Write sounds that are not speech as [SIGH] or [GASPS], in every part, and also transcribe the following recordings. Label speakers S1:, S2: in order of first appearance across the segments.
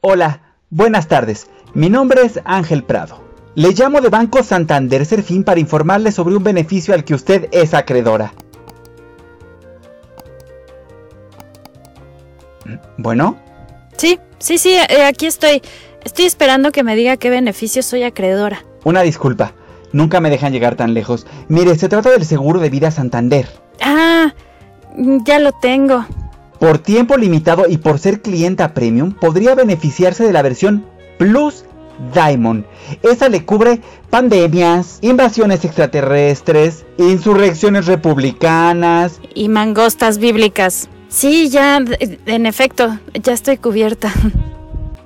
S1: Hola, buenas tardes. Mi nombre es Ángel Prado. Le llamo de Banco Santander Serfín para informarle sobre un beneficio al que usted es acreedora. Bueno,
S2: Sí, sí, sí, eh, aquí estoy. Estoy esperando que me diga qué beneficio soy acreedora.
S1: una disculpa. Nunca me dejan llegar tan lejos. Mire, se trata del seguro de vida Santander.
S2: Ah, mm, ya lo tengo.
S1: Por tiempo limitado y por ser clienta premium, podría beneficiarse de la versión Plus Diamond. Esa le cubre pandemias, invasiones extraterrestres, insurrecciones republicanas.
S2: Y mangostas bíblicas. Sí, ya, d- en efecto, ya estoy cubierta. [LAUGHS]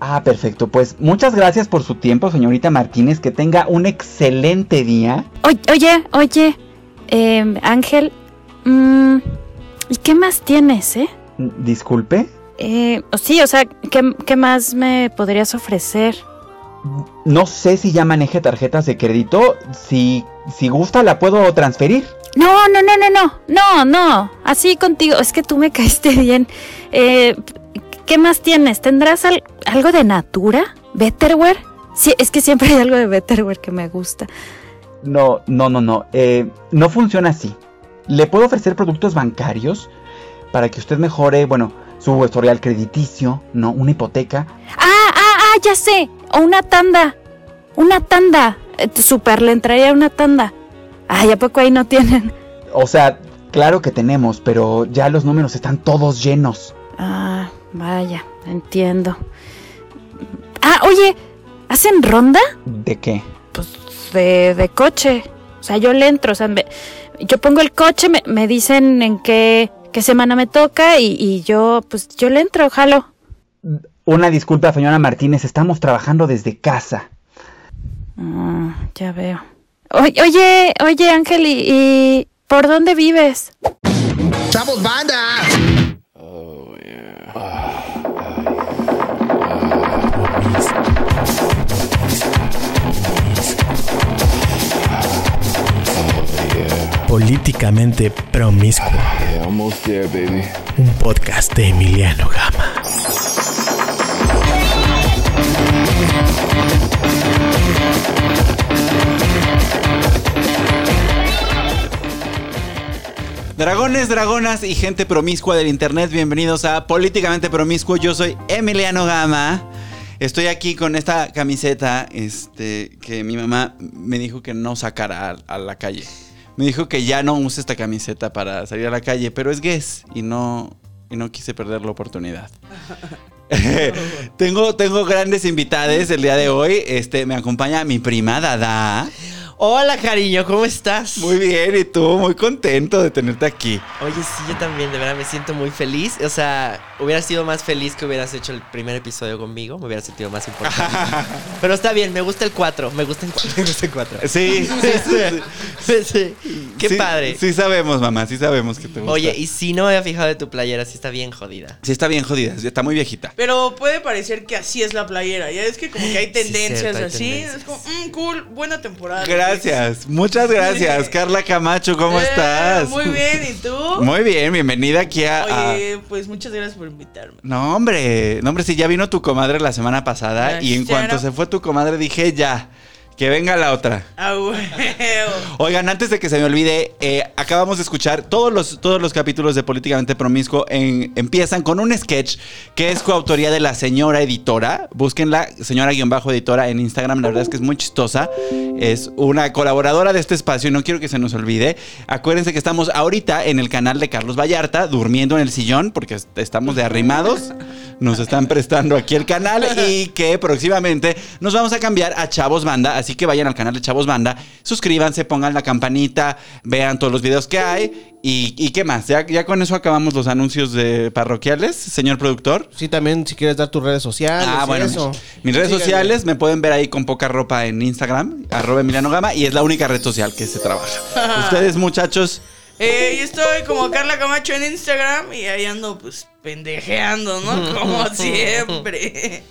S1: Ah, perfecto. Pues muchas gracias por su tiempo, señorita Martínez. Que tenga un excelente día.
S2: Oy- Oye, oye, eh, Ángel, mm, ¿y qué más tienes, eh?
S1: N- Disculpe.
S2: Eh, o sí, o sea, ¿qué, ¿qué más me podrías ofrecer?
S1: No sé si ya maneje tarjetas de crédito. Si, si gusta, la puedo transferir.
S2: No, no, no, no, no, no, no, así contigo, es que tú me [LAUGHS] caíste bien. Eh, ¿Qué más tienes? ¿Tendrás al- algo de Natura? ¿Betterware? Sí, es que siempre hay algo de Betterware que me gusta.
S1: No, no, no, no. eh, no funciona así. Le puedo ofrecer productos bancarios para que usted mejore, bueno, su historial crediticio, ¿no? Una hipoteca.
S2: Ah, ah, ah, ya sé, o una tanda, una tanda, Eh, super, le entraría una tanda. Ay, ¿a poco ahí no tienen?
S1: O sea, claro que tenemos, pero ya los números están todos llenos.
S2: Ah, vaya, entiendo. Ah, oye, ¿hacen ronda?
S1: ¿De qué?
S2: pues, de, de coche. O sea, yo le entro, o sea, me- yo pongo el coche, me, me dicen en qué, qué semana me toca y, y yo, pues yo le entro, jalo.
S1: Una disculpa, señora Martínez, estamos trabajando desde casa.
S2: Mm, ya veo. Oy- Oye, oye, Ángel, ¿y, y por dónde vives?
S3: ¡Chavos, banda!
S4: Políticamente Promiscuo,
S5: Yeah, almost there, baby.
S4: un podcast de Emiliano Gama.
S6: Dragones, dragonas y gente promiscua del internet, bienvenidos a Políticamente Promiscuo. Yo soy Emiliano Gama. Estoy aquí con esta camiseta este, que mi mamá me dijo que no sacara a, a la calle. Me dijo que ya no use esta camiseta para salir a la calle, pero es guess y no, y no quise perder la oportunidad. [LAUGHS] tengo, tengo grandes invitades el día de hoy. Este, me acompaña mi prima Dada.
S7: Hola, cariño, ¿cómo estás?
S6: Muy bien, y tú, muy contento de tenerte aquí.
S7: Oye, sí, yo también, de verdad me siento muy feliz. O sea, hubiera sido más feliz que hubieras hecho el primer episodio conmigo. Me hubiera sentido
S6: [LAUGHS]
S7: más importante. Pero está bien, me gusta el 4. Me gusta el 4. Me gusta el 4.
S6: Sí, sí, sí.
S7: Qué
S6: Sí,
S7: padre.
S6: Sí sabemos, mamá, sí sabemos que te gusta.
S7: Oye, y si no me había fijado de tu playera, sí está bien jodida.
S6: Sí está bien jodida, sí está muy viejita.
S8: Pero puede parecer que así es la playera. Ya es que como que hay tendencias
S7: cierto, hay
S8: así.
S7: tendencias.
S8: Es como, mm, cool, buena temporada.
S6: Gracias, muchas gracias.
S8: Sí.
S6: Carla Camacho, ¿cómo
S8: Eh,
S6: estás?
S8: Muy bien, ¿y tú?
S6: Muy bien, Ah. bienvenida aquí a... a-
S8: Oye, pues muchas gracias por invitarme.
S6: No, hombre, no, hombre, sí, ya vino tu comadre la semana pasada
S8: Ah,
S6: y en
S8: ya
S6: cuanto
S8: no.
S6: se fue tu comadre dije ya, que venga la otra.
S8: Ah, huevo.
S6: Oigan, antes de que se me olvide, eh, acabamos de escuchar todos los, todos los capítulos de Políticamente Promiscuo en- empiezan con un sketch que es coautoría de la señora editora. Búsquenla, señora-editora en Instagram, la verdad es que es muy chistosa. Es una colaboradora de este espacio y no quiero que se nos olvide. Acuérdense que estamos ahorita en el canal de Carlos Vallarta, durmiendo en el sillón, porque est- estamos de arrimados. Nos están prestando aquí el canal y que próximamente nos vamos a cambiar a Chavos Banda. Así que vayan al canal de Chavos Banda, suscríbanse, pongan la campanita, vean todos los videos que hay. ¿Y, y qué más? ¿Ya, ya con eso acabamos los anuncios de parroquiales, señor productor.
S9: Sí, también si quieres dar tus redes sociales.
S6: Ah,
S9: y
S6: bueno.
S9: eso.
S6: mis- Mis redes
S9: Síganme.
S6: sociales me pueden ver ahí con poca ropa en Instagram, arroba Emiliano Gama, y es la única red social que
S9: [LAUGHS]
S6: se trabaja. Ustedes, muchachos,
S8: Eh, yo estoy como Carla Camacho en Instagram y ahí ando, pues,
S7: [LAUGHS]
S8: pendejeando, ¿no? Como siempre.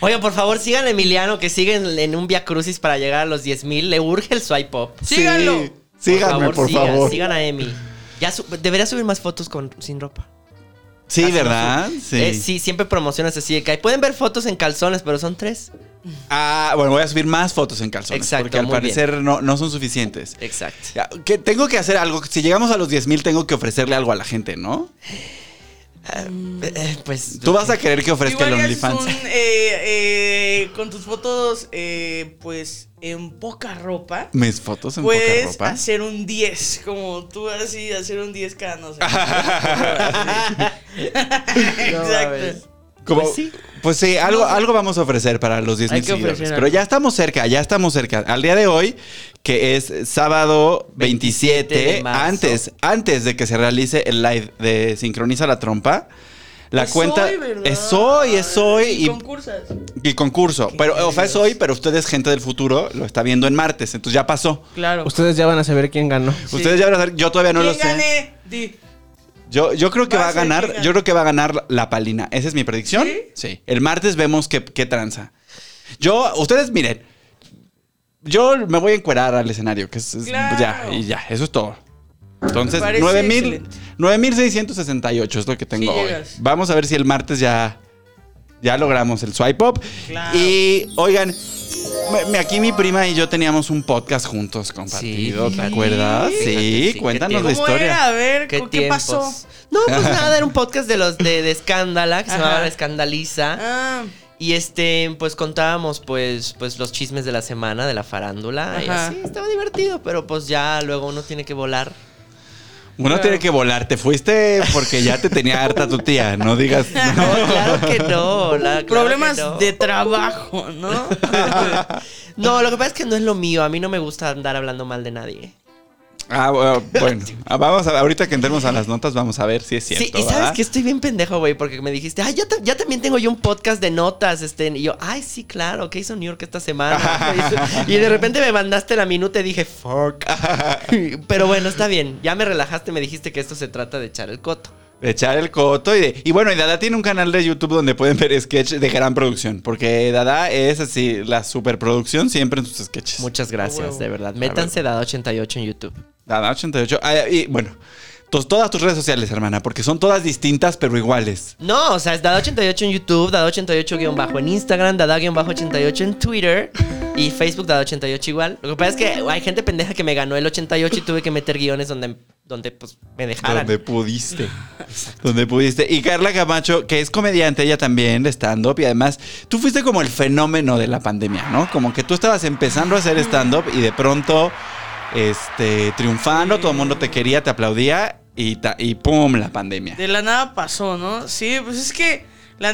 S7: Oye, por favor, sigan a Emiliano, que siguen en un Via Crucis para llegar a los 10.000. Le urge el swipe up.
S8: Síganlo.
S6: Sí, síganme, por
S7: sigan,
S6: favor.
S7: Sigan a Emi. Ya su- debería subir más fotos con, sin ropa.
S6: Sí,
S7: Así
S6: ¿verdad?
S7: nos-
S6: Sí.
S7: Eh, sí, siempre promocionas así de que ahí pueden ver fotos en calzones, pero son tres.
S6: Ah, bueno, voy a subir más fotos en calzones.
S7: Exacto,
S6: Porque al
S7: muy bien.
S6: parecer no, no son suficientes.
S7: Exacto.
S6: Ya, Que tengo que hacer algo. Si llegamos a los 10.000, tengo que ofrecerle algo a la gente, ¿no?
S7: pues
S6: Tú
S7: [LAUGHS]
S6: vas a querer que ofrezca el
S8: Igual haces
S6: OnlyFans.
S8: un, eh, eh, con tus fotos, eh, pues, en poca ropa.
S6: Mis fotos en
S8: puedes
S6: poca ropa. [LAUGHS]
S8: hacer un 10, como tú así, hacer un 10
S6: [LAUGHS]
S8: cada no sé.
S7: mames.
S8: Exacto.
S6: Como-
S7: Pues sí.
S6: pues sí, algo, algo vamos a ofrecer para los 10
S7: Hay
S6: mil
S7: que
S6: seguidores.
S7: ofrecer algo.
S6: Pero ya estamos cerca, ya estamos cerca. Al día de hoy, que es sábado 27,
S7: 27 de marzo.
S6: antes, antes de que se realice el live de Sincroniza la Trompa, la
S8: Es
S6: cuenta
S8: hoy, ¿verdad?
S6: es hoy, es hoy.
S8: Y,
S6: Y,
S8: concursas.
S6: y concurso. Pero o sea, es hoy, pero ustedes, gente del futuro, lo está viendo en martes. Entonces ya pasó.
S8: Claro.
S9: Ustedes ya van a saber quién ganó.
S6: Ustedes ya van a saber, yo todavía no lo
S8: ¿Quién
S6: sé.
S8: gane? Di.
S6: Yo, yo creo que
S8: Va
S6: va,
S8: a
S6: a
S8: ser
S6: ganar,
S8: que gane.
S6: yo creo que va a ganar la palina. Esa es mi predicción. Sí. El martes vemos qué, qué tranza. Yo, ustedes miren, yo me voy a encuerar al escenario, que es, es-
S8: Claro.
S6: ya, y ya, eso es todo. Entonces,
S8: Me parece
S6: 9,000,
S8: excelente.
S6: 9,668 es lo que tengo
S8: Sí
S6: hoy.
S8: llegas.
S6: Vamos a ver si el martes ya, ya logramos el swipe up.
S8: Claro.
S6: Y oigan, me- me- aquí mi prima y yo teníamos un podcast juntos compartido, ¿te
S7: fíjate,
S6: acuerdas?
S7: fíjate, sí,
S6: Sí,
S7: qué
S6: cuéntanos la
S7: tiempo.
S8: ¿Cómo
S6: historia.
S8: era? A ver, ¿qué,
S7: ¿Qué,
S8: ¿qué
S7: tiempos?
S8: pasó?
S7: No, pues nada, era un podcast de los de, de Escándala, que se
S8: Ajá.
S7: llamaba Escandaliza.
S8: Ah,
S7: Y este, pues contábamos pues, pues los chismes de la semana, de la farándula. Y
S8: Ajá.
S7: así, estaba divertido, pero pues ya luego uno tiene que
S8: [LAUGHS]
S7: volar.
S6: Uno tiene que volar. Te fuiste porque ya te tenía harta tu tía. No digas.
S7: No, claro que no. la- claro que
S8: problemas
S7: no.
S8: de trabajo, ¿no?
S7: [LAUGHS]
S6: [LAUGHS]
S7: No, lo que pasa es que no es lo mío. A mí no me gusta andar hablando mal de nadie.
S6: [LAUGHS] Ah, bueno, bueno. Ah, Vamos a, ahorita que entremos a las notas, vamos a ver si es cierto.
S7: sí, y sabes
S6: ¿verdad?
S7: que estoy bien pendejo, güey, porque me dijiste, ay, ya, ta- ya también tengo yo un podcast de notas, este, y yo, ay, sí, claro, ¿qué hizo New York esta semana? y de repente me mandaste la minuta y dije, fuck. Pero bueno, está bien, ya me relajaste, me dijiste que esto se trata de echar el coto.
S6: De echar el coto y de. Y bueno, y Dada tiene un canal de YouTube donde pueden ver sketch de gran producción. Porque Dada es así, la superproducción siempre en sus sketches.
S7: Muchas gracias, de verdad. Métanse dada 88 en YouTube.
S6: Dada 88. Ah, y bueno, tos- todas tus redes sociales, hermana, porque son todas distintas pero iguales.
S7: No, o sea, es Dada88 en YouTube, Dada88-bajo en Instagram, Dada-88 en Twitter y Facebook Dada88 igual. Lo que pasa es que hay gente pendeja que me ganó el 88 y tuve que meter guiones donde, donde pues, me dejaran.
S6: Donde pudiste. Donde pudiste. Y Carla Camacho, que es comediante, ella también de stand-up. Y además, tú fuiste como el fenómeno de la pandemia, ¿no? Como que tú estabas empezando a hacer stand-up y de pronto, este, triunfando, todo el mundo te quería, te aplaudía y, ta- y pum, la pandemia.
S8: De la nada pasó, ¿no? Sí, pues es que la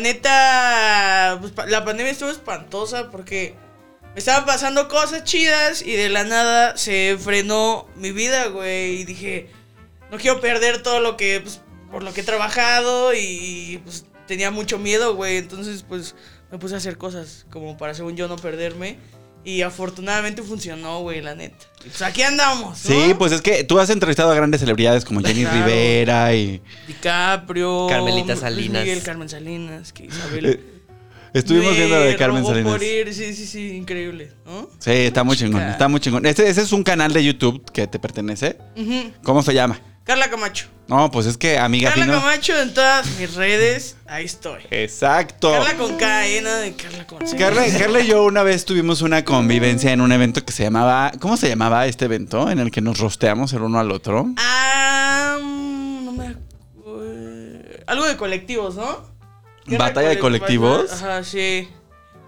S8: neta, pues, pa- la pandemia estuvo espantosa porque me estaban pasando cosas chidas y de la nada se frenó mi vida, güey. Y dije, no quiero perder todo lo que, pues, por lo que he trabajado y pues tenía mucho miedo, güey. Entonces, pues me puse a hacer cosas como para, según yo, no perderme. Y afortunadamente funcionó, güey, la neta. Y, Pues aquí andamos. ¿no?
S6: Sí, pues es que tú has entrevistado a grandes celebridades como Jenny
S8: Claro.
S6: Rivera y
S8: DiCaprio.
S7: Carmelita
S8: Luis
S7: Salinas.
S8: Miguel Carmen Salinas, que
S6: eh,
S8: Isabel.
S6: estuvimos
S8: me
S6: viendo de Carmen
S8: robó
S6: Salinas.
S8: por ir, Sí, sí, sí, increíble, ¿no?
S6: Sí, está muy chingón,
S8: Chica.
S6: está muy chingón. Este- ese es un canal de YouTube que te pertenece.
S8: Ujú.
S6: ¿Cómo se llama?
S8: Carla Camacho.
S6: No, pues es que amiga. si
S8: Carla
S6: no-
S8: Camacho en todas mis redes, ahí estoy.
S6: Exacto.
S8: Carla con K, ¿eh? Nada de Carla con C.
S6: Carla, Carla y yo una vez tuvimos una convivencia en un evento que se llamaba. ¿Cómo se llamaba este evento? En el que nos rosteamos el uno al otro.
S8: Ah, mm, no me acuerdo. Algo de colectivos, ¿no? Guerra
S6: ¿Batalla de
S8: cole-
S6: colectivos?
S8: Ajá, sí.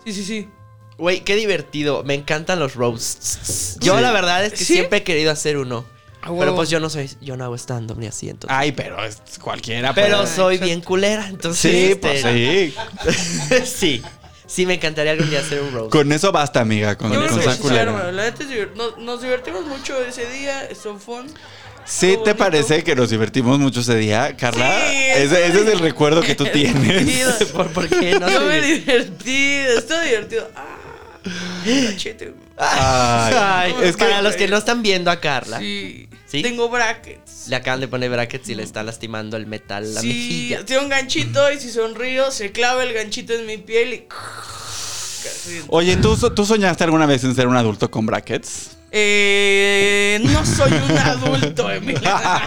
S8: Sí, sí, sí.
S7: Güey, qué divertido. Me encantan los roasts. Yo
S6: Sí.
S7: la verdad es que
S8: ¿Sí?
S7: siempre he querido hacer uno.
S8: A huevo.
S7: Pero pues yo no soy, yo no hago stand-up ni así, entonces.
S6: Ay, pero es cualquiera.
S7: pero
S6: puede.
S7: soy bien culera, entonces.
S6: Sí,
S7: este,
S6: pues sí.
S7: [LAUGHS] sí. Sí, me encantaría algún día hacer un roast.
S6: Con eso basta, amiga. Con,
S8: Yo
S6: con
S8: creo que
S6: esa
S8: sí,
S6: culera.
S8: claro, la neta es divir- nos, nos divertimos mucho ese día, estuvo fun.
S6: ¿Sí te
S8: bonito.
S6: parece que nos divertimos mucho ese día, Carla?
S8: Sí.
S6: Ese, ese es el recuerdo que tú
S8: [LAUGHS]
S6: tienes.
S8: Divertido.
S7: [LAUGHS] ¿Por, por qué no
S8: Yo me
S7: sé?
S8: divertí, estuvo divertido. Ah, cachete.
S7: Ah,
S6: Ay,
S7: Ay,
S6: es que-
S7: para los que no están viendo a Carla,
S8: eh, Sí.
S7: ¿Sí?
S8: Tengo brackets.
S7: le acaban de poner brackets y le está lastimando el metal la [LAUGHS]
S8: sí,
S7: mejilla.
S8: tengo un ganchito y si sonrío se clava el ganchito en mi piel y...
S6: Oye, ¿tú, so- ¿tú soñaste alguna vez en ser un adulto con brackets?
S8: eh, no soy
S7: [LAUGHS]
S8: un adulto, Emiliano.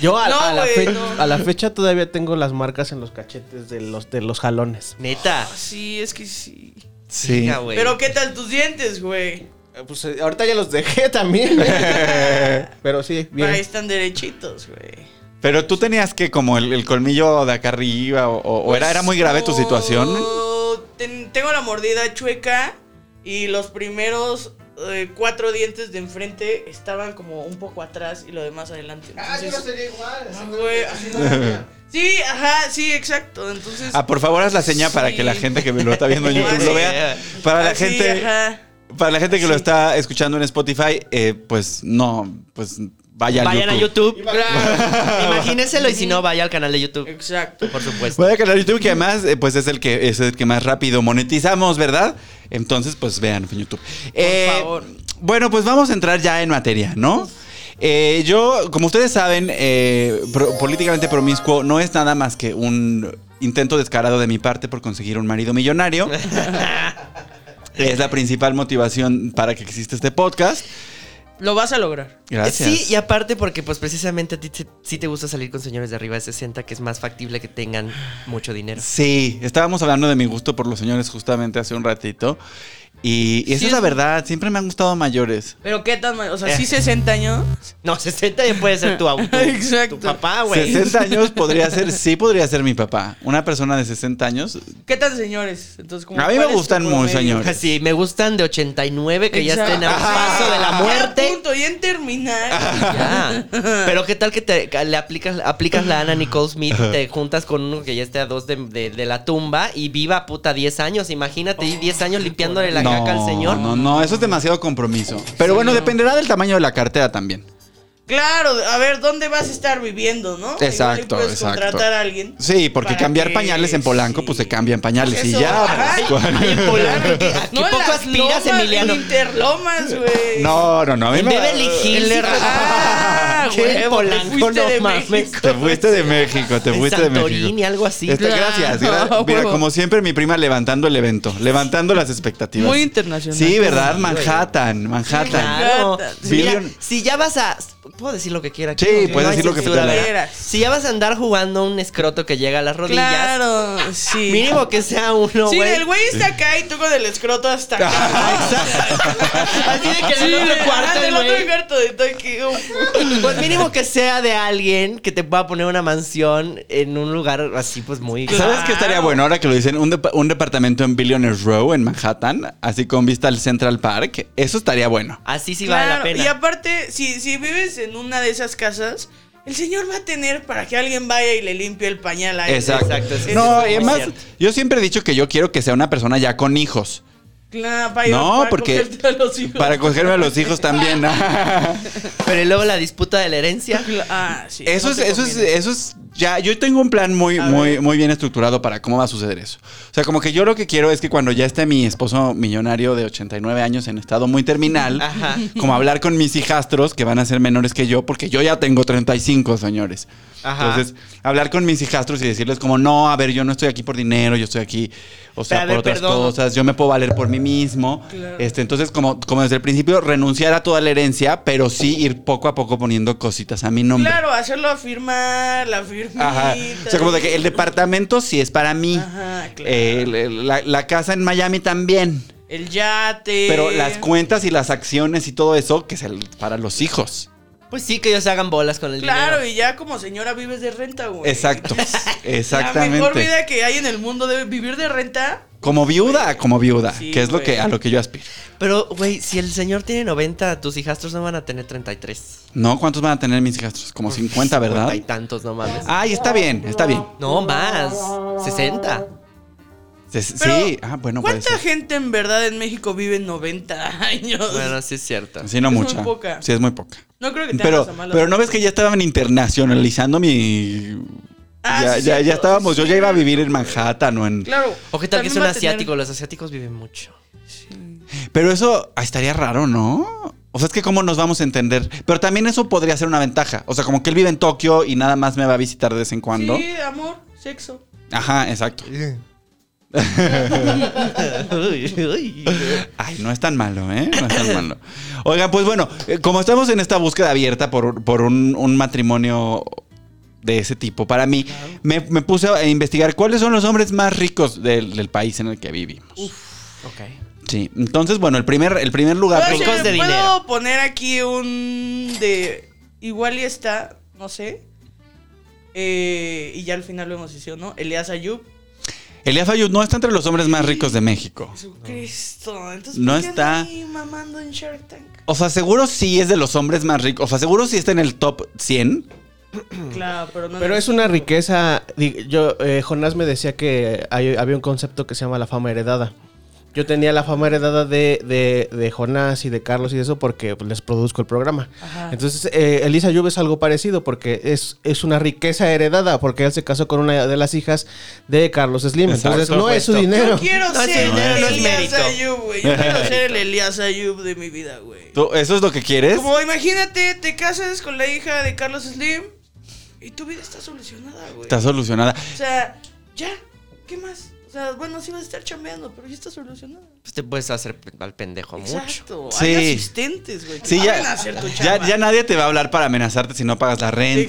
S9: Yo a,
S8: No,
S9: a la
S8: güey,
S9: fe-
S8: no.
S9: a la fecha todavía tengo las marcas en los cachetes de los, de los jalones.
S7: Neta.
S8: Sí, es que sí.
S6: Sí.
S7: Venga, güey.
S8: Pero ¿qué tal tus dientes, güey?
S9: Eh, Pues eh, ahorita ya los dejé también. ¿eh? [LAUGHS] Pero sí,
S8: Ahí
S9: bien.
S8: están derechitos, güey.
S6: Pero tú tenías que como el, el colmillo de acá arriba o, o- o era, era muy grave tu situación.
S8: Yo ten- tengo la mordida chueca y los primeros eh, cuatro dientes de enfrente estaban como un poco atrás y lo demás adelante. Entonces-
S9: igual.
S8: Ah, güey, así no había. Sí, ajá, sí, exacto. Entonces.
S6: Ah, por favor haz la seña para que la
S8: Sí.
S6: gente que me lo está viendo en YouTube lo vea. Para la
S8: así,
S6: gente,
S8: ajá.
S6: para la gente que lo
S8: Sí.
S6: está escuchando en Spotify, eh, pues no, pues vaya
S7: Vayan a
S9: [LAUGHS]
S7: YouTube.
S8: Claro.
S7: Imagínenselo y si no, vaya al canal de YouTube.
S8: Exacto.
S7: Por supuesto.
S6: Vaya canal de YouTube que además eh, pues es el que es el que más rápido monetizamos, ¿verdad? Entonces pues vean en YouTube. Eh,
S8: favor.
S6: Bueno, pues vamos a entrar ya en materia, ¿no? Eh, yo, como ustedes saben, eh, pro- políticamente promiscuo no es nada más que un intento descarado de mi parte por conseguir un marido
S7: [LAUGHS]
S6: millonario. es la principal motivación para que exista este podcast.
S8: Lo vas a lograr.
S6: Gracias.
S7: Eh, Sí, y aparte porque pues precisamente a ti te- sí te gusta salir con señores de arriba de 60, que es más factible que tengan mucho dinero.
S9: [LAUGHS]
S6: Sí, estábamos hablando de mi gusto por los señores justamente hace un ratito. Y, y esa
S8: Sí,
S6: es la
S8: es-
S6: verdad, siempre me han gustado mayores.
S8: Pero qué tan. O
S6: Eh.
S8: sea, sí, 60 años.
S7: No, 60 ya puede ser tu
S8: [LAUGHS]
S7: auto.
S8: Exacto.
S7: Tu papá, Ah, güey.
S6: 60 años podría ser, sí podría ser mi papá. Una persona de 60 años.
S8: ¿Qué tan señores? Entonces, como,
S6: A mí me
S8: ¿cuál es tu
S6: gustan muy
S8: promedio?
S6: señores.
S7: Sí, me gustan de 89 que ya
S8: Exacto.
S7: estén al paso de la
S8: Ya a
S7: muerte.
S8: punto, ya en terminar.
S7: Ya. [LAUGHS] Pero qué tal que te que le aplicas, aplicas la Ana Nicole Smith, te juntas con uno que ya esté a dos de, de- de la tumba y viva puta 10 años. Imagínate, y 10 años limpiándole la caca al señor.
S6: No, no, eso es demasiado compromiso. Pero bueno, dependerá del tamaño de la cartera también.
S8: Claro, a ver, ¿dónde vas a estar viviendo, no?
S6: Exacto,
S8: Igual y puedes
S6: exacto.
S8: contratar a alguien.
S6: Sí, porque
S8: para
S6: cambiar
S8: que-
S6: pañales en Polanco,
S8: sí.
S6: pues se cambian pañales
S8: Eso,
S6: y ya.
S8: ay,
S6: [LAUGHS] pues, ¿cuál?
S7: Ay, en Polanco, [LAUGHS] ¿qué- a qué
S8: No, en
S7: poco
S8: las
S7: aspiras,
S8: lomas,
S7: Emiliano?
S8: En Interlomas, güey.
S6: No, no, no. A mí
S7: pues. En
S6: me-
S7: Beverly Hills.
S8: El- ah,
S7: ¿Qué?
S8: huevo, te
S7: Polanco,
S8: fuiste
S7: no
S8: de
S7: mames.
S8: México.
S6: Te fuiste de México, te
S7: pues. En
S6: fuiste de México.
S7: Santorini, algo así.
S6: Está-
S8: Claro,
S6: gracias. gra- Mira,
S8: huevo.
S6: como siempre, mi prima levantando el evento, levantando las expectativas.
S8: Muy internacional.
S6: Sí, ¿verdad?
S7: Sí,
S6: Manhattan, [LAUGHS] Manhattan.
S7: Claro.
S6: Sí.
S7: Mira,
S6: Billion-
S7: si ya vas a. Puedo decir lo que quiera.
S6: Sí,
S7: aquí, no,
S6: puedes
S7: no hay
S6: decir lo que te
S7: censura,
S6: dé la
S7: ¿verdad?
S8: gana.
S7: Si ya vas a andar jugando un escroto que llega a las rodillas.
S8: Claro, sí.
S7: Mínimo que sea uno,
S8: sí,
S7: güey.
S8: el güey está acá y tú con el escroto
S6: [LAUGHS]
S8: hasta acá.
S7: Así de que en el
S8: Sí,
S7: otro
S8: de-
S7: cuarto,
S8: ajá, del
S7: güey.
S8: otro cuarto de Tokio.
S7: Pues mínimo que sea de alguien que te pueda poner una mansión en un lugar así, pues muy.
S6: ¿Sabes qué estaría bueno ahora que lo dicen? Un, depa- un departamento en Billionaires Row en Manhattan, así con vista al Central Park. Eso estaría bueno.
S7: Así sí vale la
S8: Claro,
S7: pena.
S8: y aparte, si, si vives en una de esas casas, el señor va a tener para que alguien vaya y le limpie el pañal a él.
S6: Exacto.
S7: exacto, sí,
S6: no,
S7: sí,
S6: y
S7: sí,
S6: además,
S7: es cierto.
S6: yo siempre he dicho que yo quiero que sea una persona ya con hijos.
S8: Claro, para ir-
S6: No,
S8: para
S6: porque-
S8: cogerte a los hijos.
S6: Para cogerme a
S8: [LAUGHS]
S6: los hijos también.
S7: Pero y luego la disputa de la herencia.
S8: Ah, sí,
S6: Eso
S8: no
S6: es, eh,
S8: te
S6: eso es,
S8: conviene.
S6: eso es, ya, yo tengo un plan muy, muy, muy bien estructurado para cómo va a suceder eso. O sea, como que yo lo que quiero es que cuando ya esté mi esposo millonario de 89 años en estado muy terminal,
S7: Ajá.
S6: como hablar con mis hijastros que van a ser menores que yo, porque yo ya tengo 35, señores.
S7: Ajá.
S6: Entonces, hablar con mis hijastros y decirles como, no, a ver, yo no estoy aquí por dinero, yo estoy aquí, o sea,
S7: Pero, a ver,
S6: por otras
S7: perdón.
S6: cosas, yo me puedo valer por mí mismo. Este, entonces, como, como desde el principio, renunciar a toda la herencia, pero sí ir poco a poco poniendo cositas a mi nombre.
S8: Claro, hacerlo firmar, la firmita.
S6: Ajá. O sea, como de que eh, el departamento sí es para mí.
S8: Ajá, claro.
S6: El- el- la, la casa en Miami también.
S8: El yate.
S6: Pero las cuentas y las acciones y todo eso, que es el- para los hijos.
S7: Pues sí, que ellos se hagan bolas con el
S8: Claro,
S7: dinero.
S8: y ya como señora vives de renta, güey. [LAUGHS]
S6: Exacto.
S8: La mejor
S6: Exactamente.
S8: vida que hay en el mundo debe vivir de renta.
S6: Como viuda, como viuda,
S8: Sí,
S6: que es lo
S8: güey.
S6: que, a lo que yo aspiro.
S7: Pero, güey, si el señor tiene 90, tus hijastros no van a tener 33.
S6: ¿No? ¿Cuántos van a tener mis hijastros? Como 50, ¿verdad?
S7: Hay tantos, no mames.
S6: Ay, está bien, está bien.
S7: No, más. 60.
S6: Se- Sí,
S8: Pero,
S6: ah, bueno, puede
S8: ¿Cuánta
S6: ser.
S8: gente en verdad en México vive 90 [LAUGHS] años?
S7: Bueno, sí es cierto.
S6: Sí, no
S8: Es muy
S6: mucha.
S8: poca.
S6: Sí, es muy poca.
S8: no creo que te
S6: Pero,
S8: hagas a malas.
S6: pero no ves que ya estaban internacionalizando mi.
S8: Ah,
S6: ya,
S8: sí,
S6: ya, ya
S8: cierto.
S6: estábamos, yo ya iba a vivir en Manhattan o en.
S8: Claro.
S7: O qué tal que
S8: También
S7: es un
S8: va a tener-
S7: asiático. Los asiáticos viven mucho.
S6: Pero eso ah, estaría raro, ¿no? O sea, es que cómo nos vamos a entender. Pero también eso podría ser una ventaja. O sea, como que él vive en Tokio y nada más me va a visitar de vez en cuando.
S8: Sí, amor, sexo.
S6: Ajá, exacto.
S7: Uy, uy.
S6: Ay, no es tan malo, ¿eh? No es tan malo. Oigan, pues bueno, eh, como estamos en esta búsqueda abierta por, por un, un matrimonio de ese tipo, para mí, me, me puse a investigar cuáles son los hombres más ricos del, del país en el que vivimos.
S7: Ok.
S6: Sí, entonces, bueno, el primer, el primer lugar.
S8: Pero si
S7: Ricos
S8: me
S7: de
S8: puedo
S7: dinero.
S8: poner aquí un de igual y está, no sé. Eh, y ya al final lo hemos hecho, ¿no? Elías Ayub.
S6: Elías Ayud no está entre los hombres más ricos de México.
S8: Jesucristo. Entonces,
S6: No
S8: ¿por qué
S6: está.
S8: anda ahí mamando en Shark Tank?
S6: O sea, seguro sí es de los hombres más ricos. O sea, seguro sí está en el top 100.
S8: Mm. Claro, pero no.
S9: Pero es una riqueza. di- Yo, eh, Jonás me decía que hay- había un concepto que se llama la fama heredada. Yo tenía la fama heredada de, de- de Jonás y de Carlos y eso porque pues, les produzco el programa. Entonces, eh, Elisa Lluve es algo parecido porque es, es una riqueza heredada porque él se casó con una de las hijas de Carlos Slim. Entonces,
S6: Exacto.
S9: no es su
S6: Yo
S9: dinero.
S8: Yo quiero
S7: No, ese
S8: ser
S7: dinero no es
S8: Elías
S7: mérito.
S8: Ayub, güey.
S6: [LAUGHS]
S8: Yo quiero ser el Elías Ayub de mi vida, güey.
S6: ¿Tú- ¿Eso es lo que quieres?
S8: Como imagínate, te casas con la hija de Carlos Slim y tu vida está solucionada, güey.
S6: Está solucionada.
S8: O sea, ya, ¿qué más? O sea, bueno, sí vas a estar chambeando, pero ya está solucionada.
S7: Pues te puedes hacer pe- al pendejo mucho.
S8: Exacto.
S6: Sí.
S8: Hay asistentes, güey. que
S6: Sí,
S8: saben
S6: ya,
S8: hacer tu
S6: ya,
S8: chamba.
S6: ya nadie te va a hablar para amenazarte si no pagas la renta.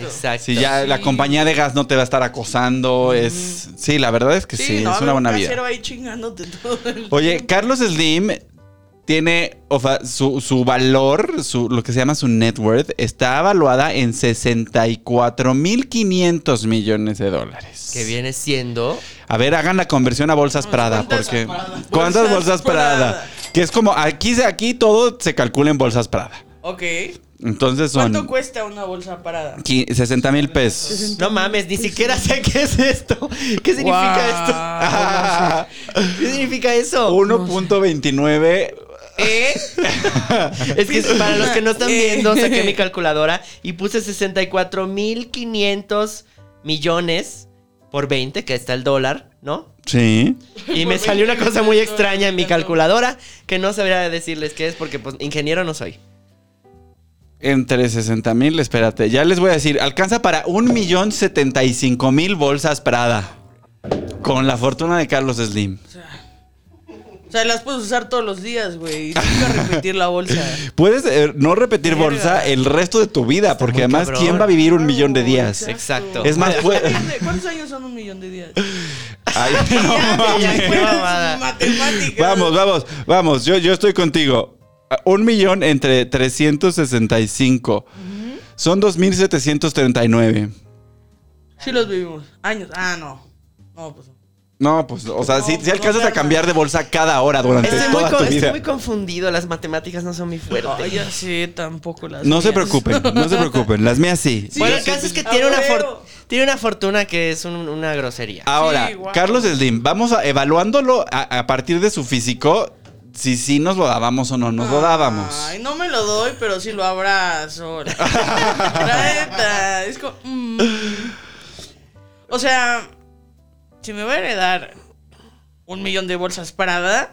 S8: Exacto.
S7: Exacto.
S6: Si ya la compañía de gas no te va a estar acosando. Es. Sí, la verdad es que sí,
S8: no,
S6: es
S8: habrá
S6: una
S8: un
S6: buena
S8: casero
S6: vida.
S8: ahí chingándote todo el
S6: Oye,
S8: tiempo.
S6: Carlos Slim tiene o sea, su, su valor, su, lo que se llama su net worth, está evaluada en 64.500 millones de dólares.
S7: Que viene siendo.
S6: A ver, hagan la conversión a bolsas Prada,
S8: ¿cuántas
S6: porque
S8: Prada?
S6: ¿cuántas bolsas,
S8: Bolsas
S6: Prada?
S8: Prada.
S6: Que es como aquí se- aquí todo se calcula en bolsas Prada.
S8: Ok.
S6: Entonces son
S8: ¿Cuánto cuesta una bolsa parada?
S6: qui- 60 mil pesos.
S7: No mames, ni siquiera sé qué es esto. ¿Qué significa
S6: Ah,
S7: esto? [LAUGHS] ¿Qué significa eso?
S6: 1.29.
S8: ¿Eh?
S7: Es que para los que no están
S8: Eh.
S7: viendo, saqué mi calculadora y puse 64.500 millones por 20, que está el dólar,
S8: [LAUGHS]
S7: ¿no?
S6: Sí.
S7: Y me salió una cosa muy extraña en mi calculadora que no sabría decirles qué es porque pues ingeniero no soy.
S6: Entre 60 mil, espérate, ya les voy a decir, alcanza para 1.075.000 bolsas Prada. Con la fortuna de Carlos Slim.
S8: O sea, las puedes usar todos los días, güey. Y nunca repetir la bolsa.
S6: Puedes eh, no repetir
S8: Verga.
S6: bolsa el resto de tu vida, porque
S7: muy
S6: además,
S7: cabrón.
S6: ¿quién va a vivir un millón de días?
S7: Exacto.
S6: Es más, fue-
S8: [LAUGHS] ¿Cuántos años son un millón de días?
S6: Ay, no
S8: ya,
S6: mames.
S8: güey,
S7: qué mamada.
S8: matemáticas.
S6: Vamos, vamos, vamos. Yo, yo estoy contigo. Ah, Un millón entre 365. Son 2.739.
S8: Sí los vivimos. Años. Ah, no. No, pues. no.
S6: No, pues, o sea,
S8: No,
S6: si,
S8: pues,
S6: si
S8: no
S6: alcanzas
S8: te
S6: a cambiar de bolsa cada hora durante
S7: Estoy muy,
S6: toda
S7: con-
S6: tu
S7: estoy
S6: vida.
S7: muy confundido, las matemáticas no son mi fuerte.
S8: Ay, ya sé, tampoco las.
S6: No se
S8: mías.
S6: preocupen, no se preocupen. Las mías sí.
S8: Sí,
S7: bueno,
S8: yo
S7: el caso
S8: sí-
S7: es que tiene una,
S8: Ah,
S7: for-
S8: huevo.
S7: tiene una fortuna que es un- una grosería.
S6: Ahora,
S8: Sí, guau.
S6: Carlos Slim, vamos a evaluándolo a, a partir de su físico, si sí nos lo dábamos o no nos lo dábamos.
S8: Ay, no me lo doy, pero sí lo
S6: [LAUGHS]
S8: abrazo. La neta. Es como. mm. O sea, si me va a heredar un millón de bolsas parada,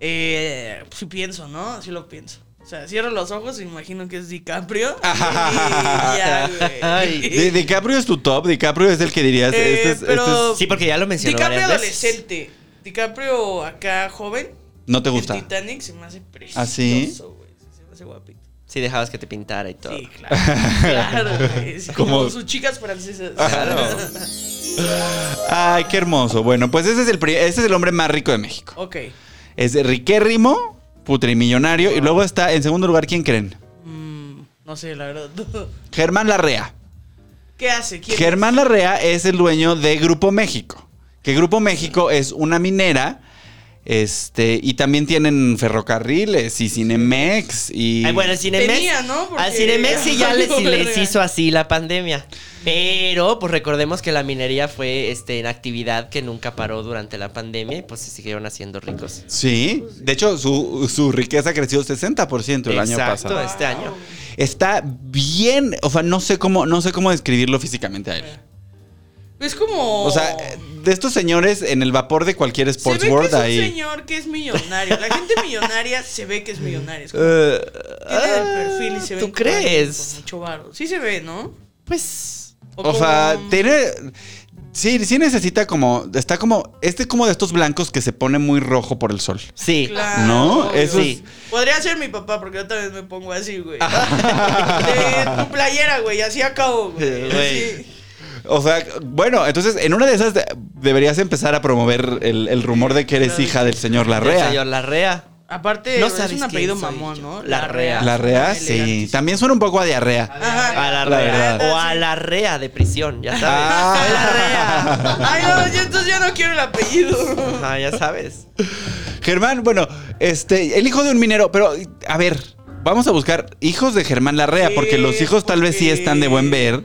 S8: eh, sí pienso, ¿no? Sí lo pienso. O sea, cierro los ojos e imagino que es
S6: [LAUGHS]
S8: DiCaprio. Y ya, güey. [LAUGHS]
S7: Ay.
S6: Di- DiCaprio es tu top, DiCaprio es el que dirías.
S8: Eh,
S6: este es- este
S8: pero-
S6: es-
S7: Sí, porque ya lo mencioné
S8: DiCaprio
S7: varias veces.
S8: adolescente. DiCaprio acá joven.
S6: no te
S8: El
S6: gusta.
S8: Titanic se me hace precioso.
S6: ¿Ah, sí? Ah.
S8: güey. Se me hace guapito.
S7: Sí, dejabas que te pintara y todo.
S8: Sí, claro. claro,
S6: [LAUGHS]
S8: güey. Sí,
S6: Como-
S8: como sus chicas francesas.
S6: Ay, qué hermoso. Bueno, pues ese es el, pri- ese es el hombre más rico de México.
S8: [LAUGHS] ok.
S6: Es riquérrimo, putrimillonario. Y luego está, en segundo lugar, ¿quién creen?
S8: Mm, no sé, la verdad. [LAUGHS]
S6: Germán Larrea.
S8: ¿Qué hace? ¿Quién es?
S6: Germán Larrea es el dueño de Grupo México. Que Grupo México es una minera. Este, y también tienen ferrocarriles y Cinemex y.
S7: Ay, bueno, el Cinemex.
S8: Tenía, ¿no? Porque-
S7: Al Cinemex sí ya
S8: [LAUGHS]
S7: les,
S8: Algo
S7: les
S8: verga.
S7: hizo así la pandemia. Pero, pues recordemos que la minería fue este, en actividad que nunca paró durante la pandemia y pues se siguieron haciendo ricos.
S6: Sí. De hecho, su, su riqueza creció 60% el año
S7: Exacto,
S6: pasado.
S7: este año.
S6: Está bien. O sea, no sé cómo, no sé cómo describirlo físicamente a él.
S8: Es como.
S6: O sea, eh, de estos señores en el vapor de cualquier
S8: se ve
S6: Sports
S8: que
S6: World
S8: es un
S6: ahí.
S8: señor que es millonario. La gente millonaria se ve que es millonaria.
S6: [LAUGHS]
S8: Es como,
S6: Eh,
S8: tiene el
S7: ah,
S8: perfil y se ve.
S7: ¿tú crees?
S8: Mucho varo. Sí se ve, ¿no?
S7: Pues.
S6: O sea, tiene. Sí, sí necesita como. Está como. Este es como de estos blancos que se pone muy rojo por el sol.
S7: Sí.
S8: Claro,
S6: ¿No? Eso
S8: obvio.
S6: es-
S8: Podría ser mi papá, porque yo también me pongo así, güey.
S7: Ah.
S8: [LAUGHS] de tu playera, güey, así acabo, güey.
S7: Güey.
S8: así.
S6: O sea, bueno, entonces en una de esas de- deberías empezar a promover el, el rumor de que eres hija del señor
S7: Larrea.
S6: Larrea.
S7: Larrea.
S8: Aparte,
S7: No
S8: es
S7: sabes
S8: un
S7: quién
S8: apellido
S7: soy
S8: mamón,
S7: yo.
S8: ¿no?
S7: Larrea.
S6: Larrea, sí. También suena un poco a
S8: [LAUGHS]
S6: diarrea.
S8: Ajá.
S7: A la
S6: La
S7: rea.
S6: verdad.
S7: O a la rea de prisión, ya sabes.
S6: Ah.
S7: Soy la rea.
S8: Ay, no, yo entonces ya no quiero el apellido.
S7: Ah, ya sabes.
S6: Germán, bueno, este, el hijo de un minero, pero a ver, vamos a buscar hijos de Germán Larrea,
S8: Sí,
S6: porque los hijos tal vez sí
S8: porque-
S6: están de buen ver.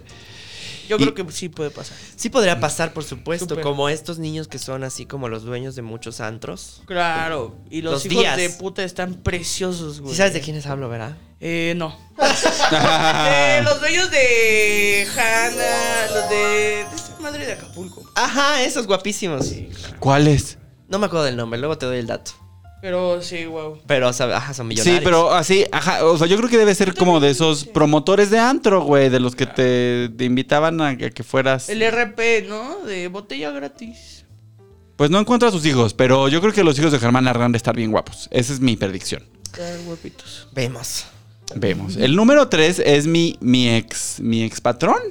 S8: Yo
S6: Y-
S8: creo que sí puede pasar.
S7: Sí podría pasar, por supuesto,
S8: Súper.
S7: como estos niños que son así como los dueños de muchos antros.
S8: Claro. Y los,
S7: Los
S8: hijos
S7: días.
S8: de puta están preciosos, güey.
S7: ¿Sí sabes de Ah. quiénes hablo, verdad?
S8: Eh, no. Eh, los dueños de Hanna, los de. de esta madre de Acapulco.
S7: Ajá, esos guapísimos.
S6: ¿Cuáles?
S7: No me acuerdo del nombre, luego te doy el dato.
S8: Pero sí, wow.
S7: Pero, o sea, ajá, son
S6: Sí,
S7: millonarios.
S6: pero así, ajá, o sea, yo creo que debe ser como de esos promotores de antro, güey, de los que te, te invitaban a que, que fueras.
S8: El RP, ¿no? De botella gratis.
S6: Pues no encuentro a sus hijos, pero yo creo que los hijos de Germán Larrea han de estar bien guapos. Esa es mi predicción.
S8: Están guapitos.
S7: Vemos.
S6: Vemos. El número tres es mi, mi ex, mi ex patrón,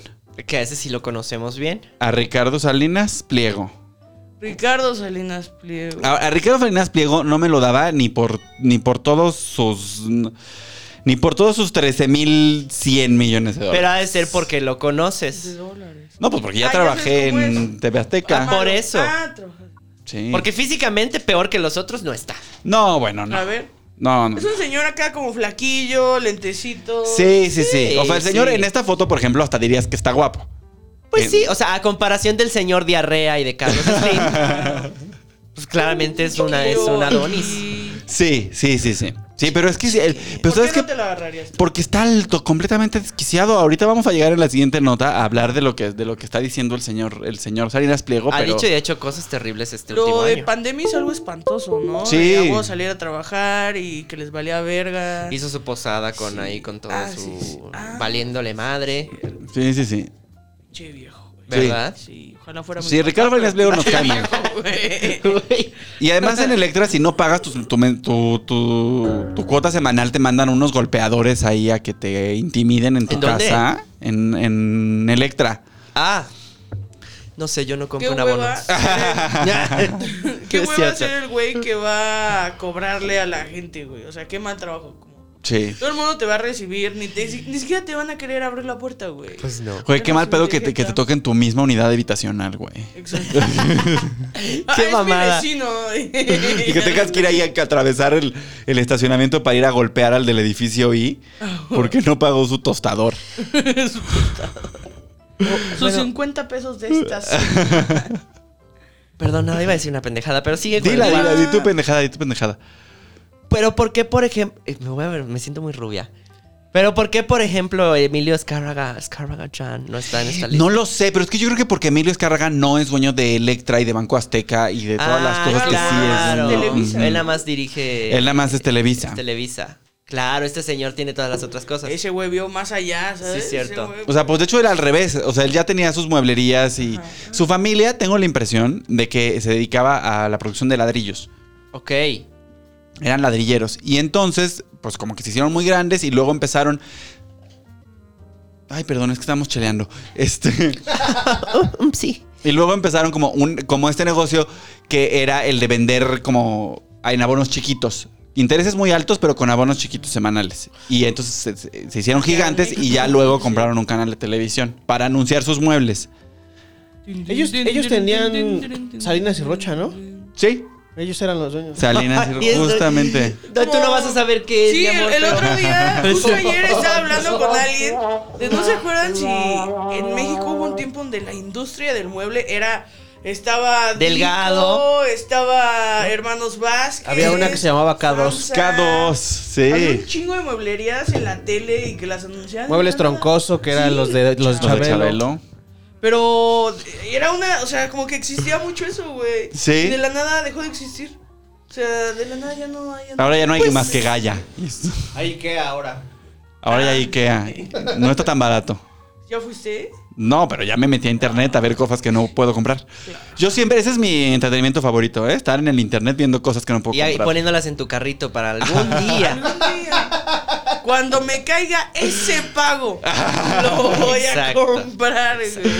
S7: Que a ese sí lo conocemos bien.
S6: a Ricardo Salinas Pliego.
S8: Ricardo Salinas Pliego.
S6: A, a Ricardo Salinas Pliego no me lo daba ni por ni por todos sus ni por todos sus 13.100 millones de dólares.
S7: Pero ha de ser porque lo
S8: de
S7: conoces.
S8: dólares.
S6: no, pues porque ya
S8: Ah, ya
S6: trabajé
S8: sé cómo
S6: en
S8: es.
S6: TV Azteca.
S7: Ah, por eso.
S8: Ah, trabajar.
S6: Sí.
S7: Porque físicamente peor que los otros no está.
S6: no, bueno, no.
S8: A ver. Pues,
S6: No, no.
S8: Es un señor acá como flaquillo, lentecito.
S6: Sí, sí, sí. O sea, el
S7: Sí,
S6: señor
S7: sí.
S6: en esta foto, por ejemplo, hasta dirías que está guapo.
S7: Pues
S6: En-
S7: sí, o sea, a comparación del señor Diarrea y de Carlos Slim,
S6: [LAUGHS]
S7: pues claramente es una, es un Adonis.
S8: ¿Y
S6: Sí, sí, sí, sí. Sí, pero Pues es que sí, el- pero
S8: ¿Por
S6: sabes
S8: qué no
S6: que
S8: te lo agarrarías?
S6: porque está alto, completamente desquiciado. Ahorita vamos a llegar en la siguiente nota a hablar de lo que de lo que está diciendo el señor el señor Salinas Pliego,
S8: Ah,
S7: Ha
S6: pero
S7: dicho y hecho cosas terribles este último
S8: Lo de
S7: año.
S8: pandemia es algo espantoso, ¿no?
S6: Sí.
S8: De "Ah, a huevo salir a trabajar y que les valía verga.
S7: Hizo su posada con
S8: Sí.
S7: ahí, con todo
S8: Ah,
S7: su...
S8: sí, sí. Ah.
S7: Valiéndole
S8: [LAUGHS]
S7: madre,
S6: Sí, sí, sí.
S8: Che viejo, güey.
S7: ¿verdad?
S8: Sí, ojalá fuera
S6: Sí, Ricardo Salinas Pliego
S8: [LAUGHS]
S6: nos cae bien.
S7: Güey.
S6: Y además
S7: [LAUGHS]
S6: en Electra, si no pagas tu, tu, men- tu- tu- tu cuota semanal, te mandan unos golpeadores ahí a que te intimiden en tu
S7: ¿En dónde?
S6: casa. En, en Electra.
S7: Ah, no sé, yo no compré
S8: ¿Qué
S7: un abono.
S8: hueva?
S7: [LAUGHS]
S8: ¿Qué
S7: Es
S8: hueva
S7: cierto.
S8: ser el güey que va a cobrarle a la gente, güey? O sea, qué mal trabajo. Como,
S6: [LAUGHS] Sí.
S8: todo el mundo te va a recibir, ni, te- ni siquiera te van a querer abrir la puerta, güey.
S7: Pues no.
S6: Güey, qué
S8: Menos
S6: mal pedo que te, que te
S8: inteligente.
S6: toquen tu misma unidad habitacional, güey. [LAUGHS]
S8: Exacto. Ah,
S7: Qué
S8: es
S7: mamada.
S8: Mi vecino.
S6: [LAUGHS] Y que tengas que ir ahí a que atravesar el, el estacionamiento para ir a golpear al del edificio I
S7: Ah,
S6: porque no pagó su tostador.
S8: Sus 50 pesos de
S6: [LAUGHS]
S8: estas.
S7: Perdón, nada, iba a decir una pendejada, pero sigue con
S6: Dila,
S7: el-
S6: dila, di tu pendejada, di tu pendejada.
S7: Pero ¿por qué, por ejemplo... Me voy a ver, me siento muy rubia. Pero ¿por qué, por ejemplo, Emilio Escárraga, Escárraga Chan no está en esta
S6: [GASPS]
S7: lista?
S6: No lo sé, pero es que yo creo que porque Emilio Escarraga no es dueño de Electra y de Banco Azteca y de todas las
S7: Ah,
S6: cosas que
S7: claro.
S6: sí es. ¿no?
S8: Televisa.
S6: Ujú.
S7: Él nada más dirige...
S6: Él nada más es Televisa.
S7: Televisa. Claro, este señor tiene todas las otras cosas.
S8: Ese güey vio más allá, ¿sabes?
S7: Sí, cierto.
S8: Ese güey-
S6: O sea, pues de hecho era al revés. O sea, él ya tenía sus mueblerías y su familia, tengo la impresión de que se dedicaba a la producción de ladrillos.
S7: Ok.
S6: Eran ladrilleros. Y entonces, pues como que se hicieron muy grandes y luego empezaron. Ay, perdón, es que estamos cheleando. Este.
S7: sí.
S6: Y luego empezaron como un como este negocio que era el de vender como en abonos chiquitos. Intereses muy altos, pero con abonos chiquitos semanales. Y entonces se- se, se hicieron gigantes y ya luego compraron un canal de televisión para anunciar sus muebles.
S9: Ellos, ellos tenían Salinas y Rocha, ¿no?
S6: Sí.
S9: Ellos eran los dueños.
S6: Salinas,
S7: Y eso-
S6: justamente.
S7: No, [LAUGHS] tú no vas a saber qué es,
S8: Sí,
S7: mi
S8: el,
S7: amor,
S8: el
S7: pero-
S9: [LAUGHS]
S8: otro día, justo ayer estaba hablando con alguien. De, ¿No se acuerdan si en México hubo un tiempo donde la industria del mueble era. Estaba. Dico,
S7: Delgado.
S8: estaba Hermanos Vázquez.
S9: Había una que se llamaba K2.
S8: Samsa.
S6: K2,
S8: Había un
S6: sí.
S8: chingo de mueblerías en la tele y que las anunciaban.
S9: Muebles Troncoso, que eran
S8: Sí.
S9: los de los
S6: Los de
S9: Chabelo.
S6: Chabelo.
S8: Pero era una, o sea, como que existía mucho eso, güey.
S6: Sí.
S8: Y de la nada dejó de existir. O sea, de la nada ya no hay.
S6: Ahora ya no hay más que Gaia.
S9: Ahí qué ahora.
S6: Ahora ya Ikea. No está tan barato.
S8: ¿Ya fuiste?
S6: No, pero ya me metí a internet a ver cosas que no puedo comprar. Yo siempre, ese es mi entretenimiento favorito, ¿eh? estar en el internet viendo cosas que no puedo
S7: Y ahí
S6: comprar.
S7: poniéndolas en tu carrito para algún
S6: [LAUGHS]
S7: día.
S8: Algún día, [LAUGHS] Cuando me caiga ese
S7: [LAUGHS]
S8: pago, lo voy a
S7: Exacto.
S8: comprar. güey.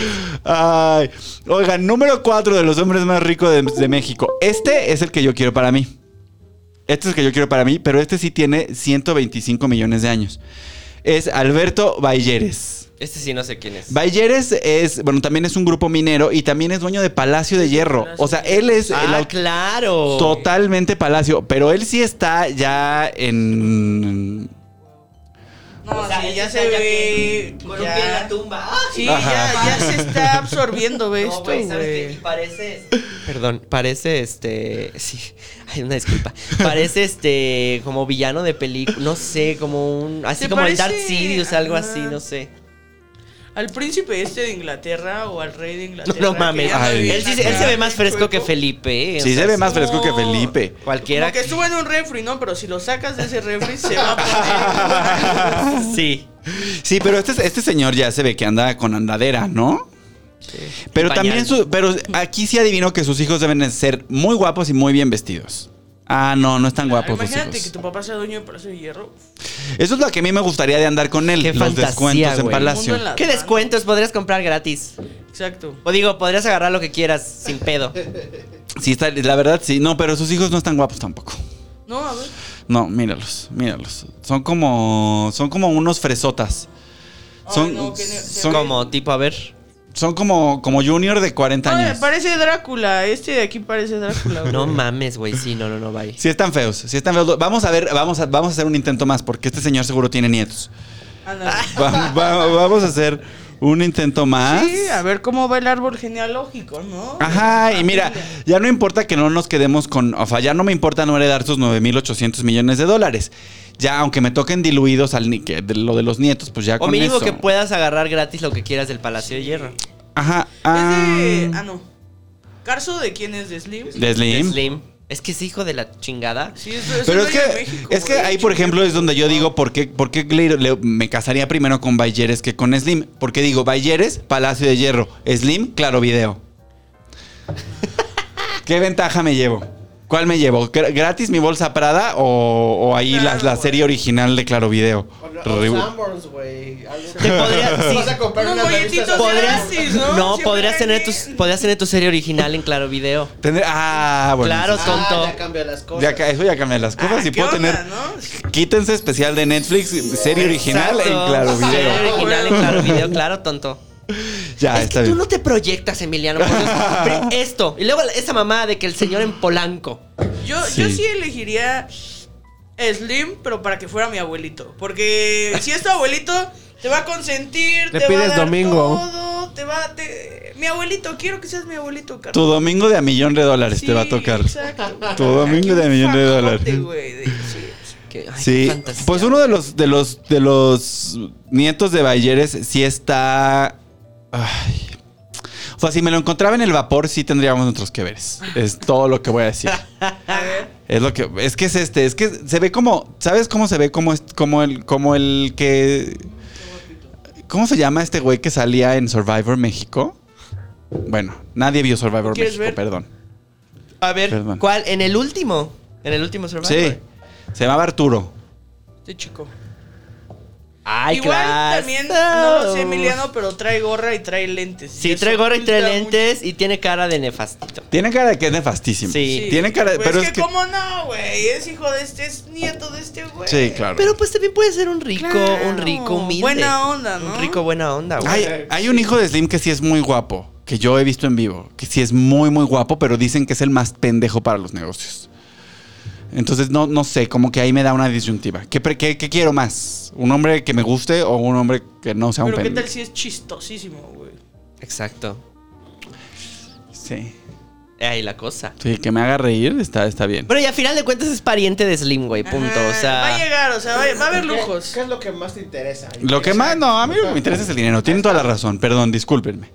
S6: Ay, oigan, número 4 de los hombres más ricos de, de México. Este es el que yo quiero para mí. Este es el que yo quiero para mí, pero este sí tiene 125 millones de años. Es Alberto Balleres.
S7: Este sí no sé quién es.
S6: Balleres es, bueno, también es un grupo minero y también es dueño de Palacio de Hierro. O sea, él es este, el
S7: Ah,
S6: autor
S7: claro.
S6: Totalmente Palacio, pero él sí está ya en...
S8: No,
S7: sea,
S8: sí,
S7: ese
S8: ya
S7: está
S8: se
S7: ya
S8: ve.
S7: Con un
S8: ya-
S7: pie en la tumba. Ah,
S8: Sí, ya, ya se está absorbiendo ¿ves?
S7: [LAUGHS] No,
S8: esto,
S7: güey, ¿sabes qué?
S8: güey.
S7: Y parece. este, Perdón, parece este. Sí, [LAUGHS] hay una disculpa. Parece este. Como villano de película. No sé, como un. Así
S8: ¿Te
S7: como el Dark
S8: parece?
S7: Sirius, algo
S8: Ajá.
S7: así, no sé.
S8: Al príncipe este de Inglaterra o al rey de
S7: No,
S8: Inglaterra.
S7: no
S8: que
S7: mames.
S8: ya no
S6: Ay.
S8: vive
S7: Él, sí
S8: en
S7: se-
S8: la
S7: él se
S8: Ciudad
S7: ve
S8: de
S7: más fresco que
S8: México.
S7: Felipe. eh, o
S6: Sí, se
S7: sea,
S6: ve más
S8: no.
S6: fresco que Felipe. [LAUGHS]
S7: Cualquiera.
S8: Como que estuvo en un refri, ¿no? Pero si lo sacas de ese refri, se va
S7: [LAUGHS]
S8: a poner.
S7: Sí.
S6: Sí, pero este, este señor ya se ve que anda con andadera, ¿no? Pero
S7: Y
S6: también,
S7: pañal.
S6: su- pero aquí sí adivino que sus hijos deben ser muy guapos y muy bien vestidos. Ah, no, no están guapos los
S8: Imagínate que
S6: hijos.
S8: tu papá sea dueño de Palacio de Hierro.
S6: Eso es lo que a mí me gustaría de andar con él.
S7: Qué
S6: los
S7: fantasía,
S6: descuentos en
S7: güey.
S6: Palacio.
S8: Mundo en la-
S7: ¿Qué descuentos podrías comprar gratis?
S8: Exacto.
S7: O digo, podrías agarrar lo que quieras sin pedo.
S6: Sí, está, la verdad sí. No, pero sus hijos no están guapos tampoco.
S8: No, a ver.
S6: No, míralos, míralos. Son como, son como unos fresotas.
S8: Ay,
S6: Son,
S8: no, que ne- se
S6: son,
S8: ve-
S7: Como tipo, a ver.
S6: son como, como junior de 40
S8: Ay,
S6: años.
S8: parece Drácula. Este de aquí parece
S7: [LAUGHS]
S8: Drácula. güey.
S7: No mames, güey. Sí, no, no, no, bye.
S6: Sí están feos, sí están feos. Vamos a ver, vamos a, vamos a hacer un intento más, porque este señor seguro tiene nietos.
S8: Ándale. [LAUGHS]
S6: Va- va- vamos a hacer un intento más.
S8: Sí, a ver cómo va el árbol genealógico, ¿no?
S6: Ajá, y mira, ya no importa que no nos quedemos con, o sea, ya no me importa no heredar sus 9.800 millones de dólares. Ya, aunque me toquen diluidos al ni- que de lo de los nietos, pues ya
S7: O
S6: con
S7: mínimo
S6: eso.
S7: que puedas agarrar gratis lo que quieras del Palacio de Hierro.
S6: Ajá.
S8: Es de-
S6: ah,
S8: Ah, no. ¿Carso de quién es? ¿De Slim?
S6: de Slim.
S7: De Slim. Es que es hijo de la chingada.
S8: Sí, es- es
S6: Pero
S8: un
S6: es
S8: dueño
S6: que,
S8: de México,
S6: es que
S8: güey.
S6: ahí, por ejemplo, es donde yo digo por qué, por qué le- le- me casaría primero con Balleres que con Slim. Porque digo, Balleres, Palacio de Hierro. Slim, claro,
S8: [LAUGHS]
S6: video. ¿Qué ventaja me llevo? ¿Cuál me llevo? ¿Gr- ¿Gratis mi bolsa Prada o, o ahí la-
S8: Claro,
S6: la,
S8: güey.
S6: serie original de Claro Video? Re-
S9: güey.
S7: Te podría- sí. Vas a
S8: Unos bolletitos
S7: Podrías-
S8: gratis, ¿no?
S7: No,
S8: Siempre
S7: podrías tener, tu,
S8: gratis.
S7: podrías tener tu serie original en Claro Video.
S6: Tendré- ah, bueno.
S7: Claro,
S6: sí, sí.
S7: tonto.
S9: cambia las
S6: Ya ca- eso ya cambia las
S8: Ah,
S6: cosas. y
S8: ¿qué
S6: puedo
S8: onda,
S6: tener.
S8: no?
S6: Quítense especial de Netflix, serie original
S7: Exacto.
S6: en Claro Video.
S7: Serie original en Claro Video, claro, tonto.
S6: Ya,
S7: es
S6: está
S7: que tú
S6: bien.
S7: no te proyectas, Emiliano. por Dios.
S6: [LAUGHS]
S7: Pri- Esto. Y luego esa mamá de que el señor en Polanco.
S8: Yo, yo
S6: Sí.
S8: sí elegiría Slim, pero para que fuera mi abuelito. Porque si es tu abuelito, te va a consentir,
S9: Le
S8: te va a
S9: pides
S8: dar
S9: domingo.
S8: todo, te va te- Mi abuelito, quiero que seas mi abuelito,
S6: Tu
S8: Carlos.
S6: domingo de a millón de dólares te va a tocar.
S8: Exacto.
S6: Tu domingo de
S8: Aquí un
S6: millón de
S8: fajote,
S6: dólares.
S8: güey, de- sí.
S7: Que- ay, qué
S6: Sí,
S7: fantasía.
S6: pues uno de los de los de los nietos de Balleres sí está. ay. O sea, si me lo encontraba en el vapor, sí tendríamos nuestros que veres. Es todo lo que voy a decir.
S8: [LAUGHS] A ver.
S6: Es lo que es que es este, es que se ve como, ¿sabes cómo se ve como es- como el como el que ¿Cómo se llama este güey que salía en Survivor México? Bueno, nadie vio Survivor
S8: ¿Quieres
S6: México,
S8: ver?
S6: perdón.
S7: A ver,
S6: Perdón.
S7: ¿cuál? En el último. En el último Survivor.
S6: Sí. Se llamaba Arturo.
S8: Este chico.
S7: Ay,
S8: Igual
S7: claro.
S8: también, no lo sé, Emiliano, pero trae gorra y trae lentes.
S7: Sí,
S8: Eso
S7: trae gorra y trae
S8: oculta
S7: lentes y tiene cara de nefastito.
S6: Tiene cara de que es nefastísimo.
S7: Sí.
S8: mucho. Sí.
S6: Tiene cara, de-
S8: Pues
S6: pero
S8: es que, cómo no, güey. Es hijo de este, es nieto de este güey.
S6: Sí, claro.
S7: Pero pues también puede ser un rico,
S8: Claro.
S7: un rico humilde.
S8: Buena onda, ¿no?
S7: Un rico buena onda, güey.
S6: Hay, hay un hijo de Slim que sí es muy guapo, que yo he visto en vivo, que sí es muy, muy guapo, pero dicen que es el más pendejo para los negocios. Entonces, no, no sé, como que ahí me da una disyuntiva. ¿Qué, pre- qué- qué quiero más? ¿Un hombre que me guste o un hombre que no sea un
S8: Pero qué
S6: pendejo?
S8: tal si es chistosísimo, güey.
S7: Exacto.
S6: Sí.
S7: Ahí la cosa.
S6: Sí, que me haga reír está, está bien.
S7: Pero y al final de cuentas es pariente de Slim, güey. Punto.
S8: Ajá,
S7: o sea.
S8: Va a llegar, o sea, va, va a haber lujos.
S9: ¿Qué es lo que más te interesa?
S6: Lo que más, no, a mí lo que me interesa es el dinero. Tienen toda la razón, perdón, discúlpenme.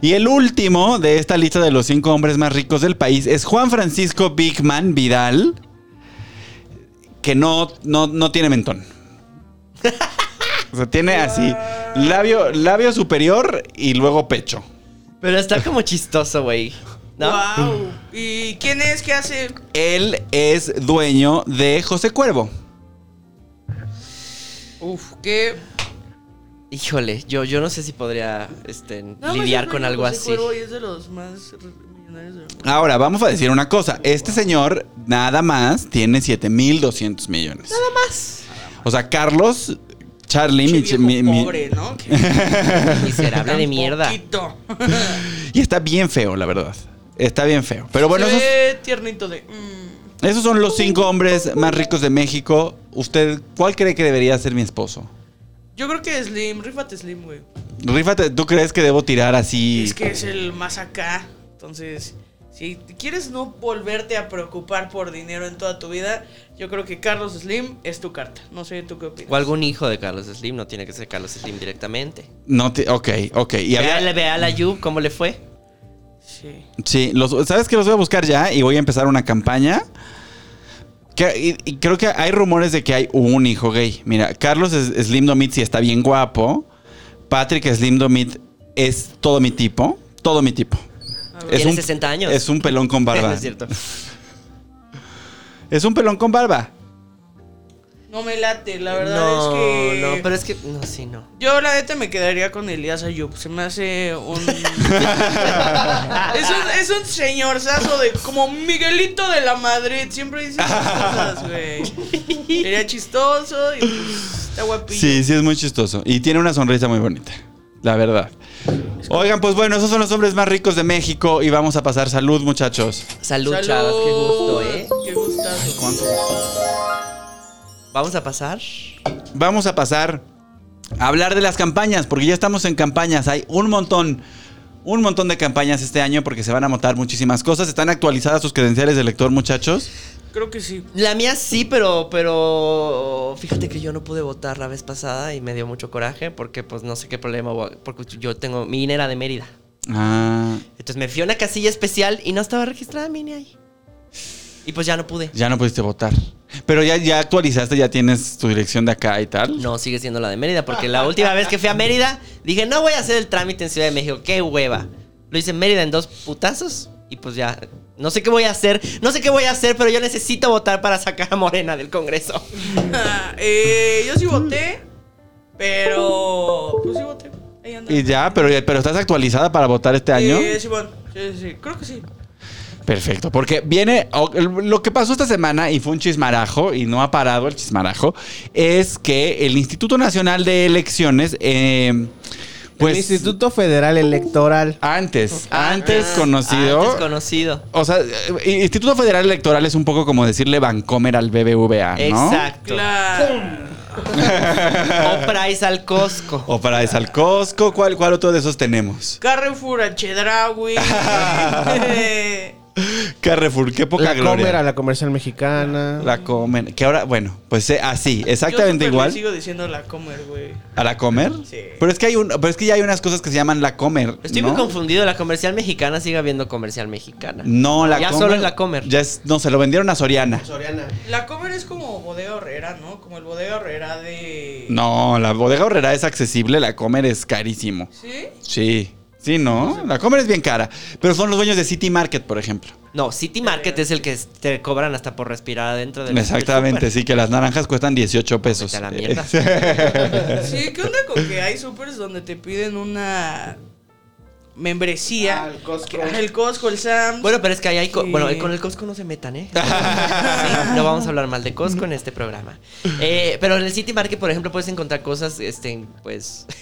S6: Y el último de esta lista de los cinco hombres más ricos del país es Juan Francisco Bigman Vidal, [LAUGHS] que no, no, no tiene mentón. O sea, tiene así. labio, labio superior y luego pecho.
S7: Pero está como chistoso, güey. ¿No?
S8: Wow. ¿Y quién es? ¿Qué hace?
S6: Él es dueño de José Cuervo.
S8: Uf, qué.
S7: Híjole, yo, yo no sé si podría este,
S8: Nada más
S7: lidiar
S8: pues, es
S7: con
S8: dueño
S7: algo
S8: José
S7: así. [LAUGHS]
S8: Cuervo y es de los más re- millonarios del mundo.
S6: Ahora, vamos a decir una cosa. Este señor nada más tiene 7.200 millones. Nada más. O sea, Carlos, Charlie, mi-
S8: Pinche viejo
S6: mi- mi-
S8: pobre, ¿no? Que-
S7: Miserable de mierda.
S8: Poquito.
S6: y está bien feo, la verdad. Está bien feo. Pero bueno,
S8: Se
S6: esos,
S8: ve tiernito de. mm.
S6: esos son los cinco hombres más ricos de México. ¿Usted cuál cree que debería ser mi esposo?
S8: Yo creo que Slim, rífate Slim, güey.
S6: Rífate, ¿tú crees que debo tirar así?
S8: Es que es el más acá. Entonces, si quieres no volverte a preocupar por dinero en toda tu vida, yo creo que Carlos Slim es tu carta. No sé, ¿tú qué opinas?
S7: O algún hijo de Carlos Slim, no tiene que ser Carlos Slim directamente.
S6: No te, ok, ok. Y
S7: Ve a,
S6: había-
S7: la- ve a la Yu, ¿cómo le fue?
S8: Sí.
S6: Sí, los, ¿sabes que Los voy a buscar ya y voy a empezar una campaña. Que- y, y creo que hay rumores de que hay un hijo gay. Mira, Carlos es- Slim Domit sí está bien guapo. Patrick Slim Domit es todo mi tipo. Todo mi tipo.
S7: Ah, Tiene 60 años.
S6: Es un pelón con
S7: No
S6: barba.
S7: [LAUGHS] es cierto.
S6: es un pelón con barba.
S8: No me late, la verdad
S7: no,
S8: es que.
S7: no, pero es que. No, sí, no.
S8: Yo la neta me quedaría con Elías Ayub. Se me
S7: [LAUGHS]
S8: hace un. es un, es un señorzazo de como Miguelito de la Madrid. Siempre dice esas
S7: [LAUGHS]
S8: cosas, güey. Sería chistoso y pues, está guapillo.
S6: Sí, sí, es muy chistoso. Y tiene una sonrisa muy bonita. La verdad. Oigan, pues bueno, esos son los hombres más ricos de México. Y vamos a pasar salud, muchachos.
S7: Salud, chavas, qué gusto, ¿eh?
S8: Qué gustazo.
S7: Vamos a pasar.
S6: vamos a pasar a hablar de las campañas, porque ya estamos en campañas. Hay un montón, un montón de campañas este año porque se van a montar muchísimas cosas. ¿Están actualizadas sus credenciales de lector, muchachos?
S8: Creo que sí. [LAUGHS]
S7: La mía sí, pero, pero fíjate que yo no pude votar la vez pasada y me dio mucho coraje porque pues no sé qué problema, hubo, porque yo tengo, mi INE era de Mérida.
S6: Ah,
S7: Entonces me fui a una casilla especial y no estaba registrada mi INE ahí. Y pues ya no pude.
S6: ya no pudiste votar. Pero ya, ya actualizaste, ya tienes tu dirección de acá y tal.
S7: No, sigue siendo la de Mérida, porque la última vez que fui a Mérida dije, no voy a hacer el trámite en Ciudad de México, qué hueva. Lo hice en Mérida en dos putazos y pues ya, no sé qué voy a hacer, no sé qué voy a hacer, pero yo necesito votar para sacar a Morena del Congreso.
S8: Eh, yo sí voté, pero. Pues sí voté. Ahí anda.
S6: Y ya, pero, pero estás actualizada para votar este año.
S8: Eh, sí, bueno, sí, sí, sí. Creo que sí.
S6: Perfecto, porque viene o- lo que pasó esta semana y fue un chismarajo y no ha parado el chismarajo, es que el Instituto Nacional de Elecciones, eh, pues...
S9: el Instituto Federal Electoral.
S6: Antes, antes conocido.
S7: ah, Antes conocido.
S6: o sea, eh, Instituto Federal Electoral es un poco como decirle Bancomer al BBVA, ¿no?
S7: Exacto.
S8: Claro.
S7: O Price al Costco.
S6: O para al Costco, ¿cuál, ¿cuál otro de esos tenemos?
S8: Carrefour,
S6: [LAUGHS]
S8: a Chedraui. [LAUGHS] eh,
S6: Carrefour, qué poca
S9: La
S6: gloria.
S9: Comer a la Comercial Mexicana.
S6: La Comer. Que ahora, bueno, pues eh, así, exactamente
S8: yo siempre
S6: igual.
S8: le sigo diciendo la comer, güey.
S6: ¿A la Comer?
S8: Sí.
S6: Pero es que hay un, pero es que ya hay unas cosas que se llaman la Comer.
S7: Estoy
S6: ¿no?
S7: muy confundido, la comercial mexicana sigue habiendo comercial mexicana.
S6: No, la
S7: Ya
S6: Comer.
S7: solo es la Comer.
S6: Ya es- no, se lo vendieron a Soriana.
S8: La comer es como bodega horrera, ¿no? Como el bodega horrera de.
S6: No, la bodega horrera es accesible, la Comer es carísimo.
S8: ¿Sí?
S6: Sí. Sí, ¿no? La Comer es bien cara. Pero son los dueños de City Market, por ejemplo.
S7: No, City Market es el que te cobran hasta por respirar adentro del
S6: Exactamente,
S7: del
S6: sí, que las naranjas cuestan 18 pesos.
S7: Vete a Pues la mierda.
S8: Sí, ¿qué onda con que hay supers donde te piden una membresía?
S9: Ah, el Costco.
S8: Que- ah, el Costco, el Sam.
S7: súper. Bueno, pero es que ahí hay... co-
S8: Sí.
S7: Bueno, con el Costco no se
S6: [LAUGHS]
S7: metan, ¿eh? Sí, no vamos a hablar mal de Costco en este programa. Eh, pero en el City Market, por ejemplo, puedes encontrar cosas, este, pues... [LAUGHS]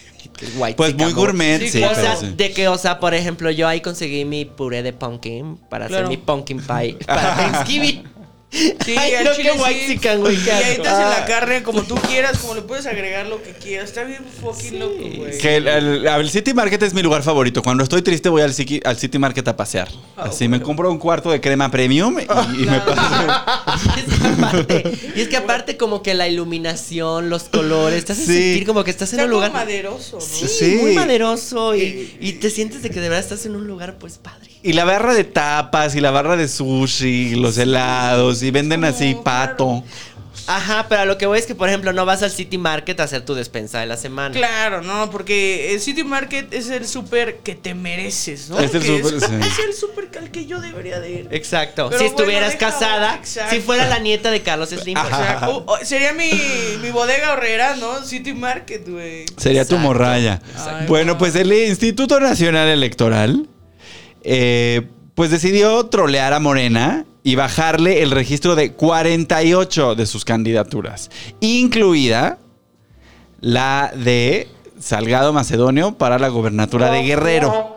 S6: [LAUGHS]
S7: white
S6: pues muy
S7: sycamore.
S6: gourmet,
S8: Sí,
S6: sí.
S8: claro.
S7: O sea,
S6: pero sí.
S7: de que, o sea, por ejemplo, yo ahí conseguí mi puré de pumpkin para
S8: Claro.
S7: hacer mi [LAUGHS] pumpkin pie para Thanksgiving.
S8: [LAUGHS] Sí,
S7: Ay,
S8: al
S7: no,
S8: chile
S7: qué white
S8: sí.
S7: chicken, güey.
S8: Y
S7: qué
S8: ahí
S7: asco.
S8: te hacen la
S7: Ah.
S8: carne como tú quieras, como le puedes agregar lo que quieras. Está bien fucking loco, güey.
S6: Que el, el- el City Market es mi lugar favorito. Cuando estoy triste voy al, City- al City Market a pasear.
S7: Ah,
S6: Así me compro un cuarto de crema premium y, y me paso.
S7: Y Ah. [LAUGHS] es que aparte, y es que aparte como que la iluminación, los colores, te hace
S6: Sí.
S7: sentir como que estás en
S8: Está Eh,
S7: un
S8: como
S7: lugar
S8: maderoso, ¿no?
S7: Sí,
S6: Sí.
S7: muy maderoso y, y te sientes de que de verdad estás en un lugar pues padre.
S6: Y la barra de tapas y la barra de sushi, y los helados y venden así pato.
S7: Ajá, pero a lo que voy es que, por ejemplo, no vas al City Market a hacer tu despensa de la semana.
S8: Claro, no, porque el City Market es el súper que te mereces, ¿no?
S6: Es el
S8: Que
S6: súper, sí.
S8: es el súper al que yo debería de ir.
S7: Exacto.
S8: Pero
S7: si
S8: bueno,
S7: estuvieras
S8: deja-
S7: casada,
S8: exacto.
S7: si fuera la nieta de Carlos Slim.
S8: O sea,
S6: [LAUGHS]
S7: Ajá.
S8: o- o- sería mi, mi bodega horrera, ¿no? City Market, güey.
S6: Sería tu
S7: Exacto,
S6: morralla.
S8: exacto.
S6: Bueno, pues el Instituto Nacional Electoral eh, pues decidió trolear a Morena y bajarle el registro de 48 de sus candidaturas, incluida la de Salgado Macedonio para la gobernatura de Guerrero.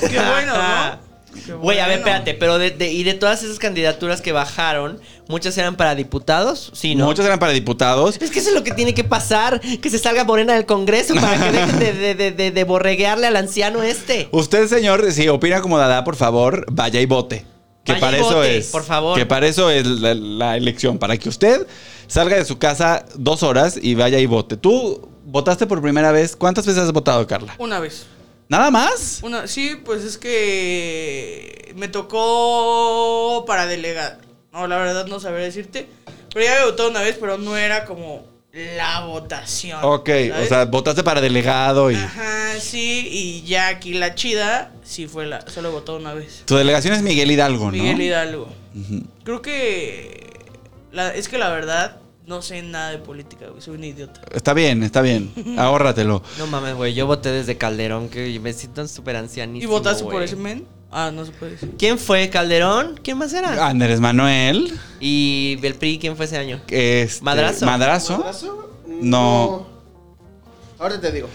S8: Qué
S7: [LAUGHS]
S8: bueno, ¿no? Qué
S7: Güey, a ver,
S8: bueno.
S7: espérate, pero de, de- y de todas esas candidaturas que bajaron, muchas eran para diputados, sí, ¿no?
S6: Muchas eran para diputados.
S7: Es que eso es lo que tiene que pasar, que se salga Morena del Congreso para que dejen de, de- de- de- de borreguearle al anciano este.
S6: Usted, señor, si opina como Dada, por favor, vaya y vote. Que
S7: Vaya
S6: para
S7: y
S6: eso
S7: vote,
S6: es.
S7: por favor.
S6: Que para eso es la, la elección. Para que usted salga de su casa dos horas y vaya y vote. Tú votaste por primera vez. ¿Cuántas veces has votado, Carla?
S8: Una vez.
S6: ¿Nada más?
S8: Una, sí, pues es que me tocó para delegar. No, la verdad no sabré decirte. Pero ya había votado una vez, pero no era como la votación.
S6: Ok, o
S8: ¿sabes?
S6: sea, votaste para delegado y.
S8: Ajá, sí, y ya aquí la chida, sí fue la, solo votó una vez.
S6: Tu delegación es Miguel Hidalgo, ¿no?
S8: Miguel Hidalgo.
S6: Ujú.
S8: Creo que la- es que la verdad no sé nada de política, güey, soy un idiota.
S6: Está bien, está
S7: [LAUGHS]
S6: bien. Ahórratelo.
S7: No mames, güey, yo voté desde Calderón, que me siento súper ancianito.
S8: ¿Y votaste por ese men? Ah, no se puede decir.
S7: ¿Quién fue? ¿Calderón? ¿Quién más era?
S6: Andrés Manuel.
S7: Y el PRI, ¿quién fue ese año?
S6: este,
S7: Madrazo.
S6: Madrazo. No.
S9: Ahorita Mm. te digo.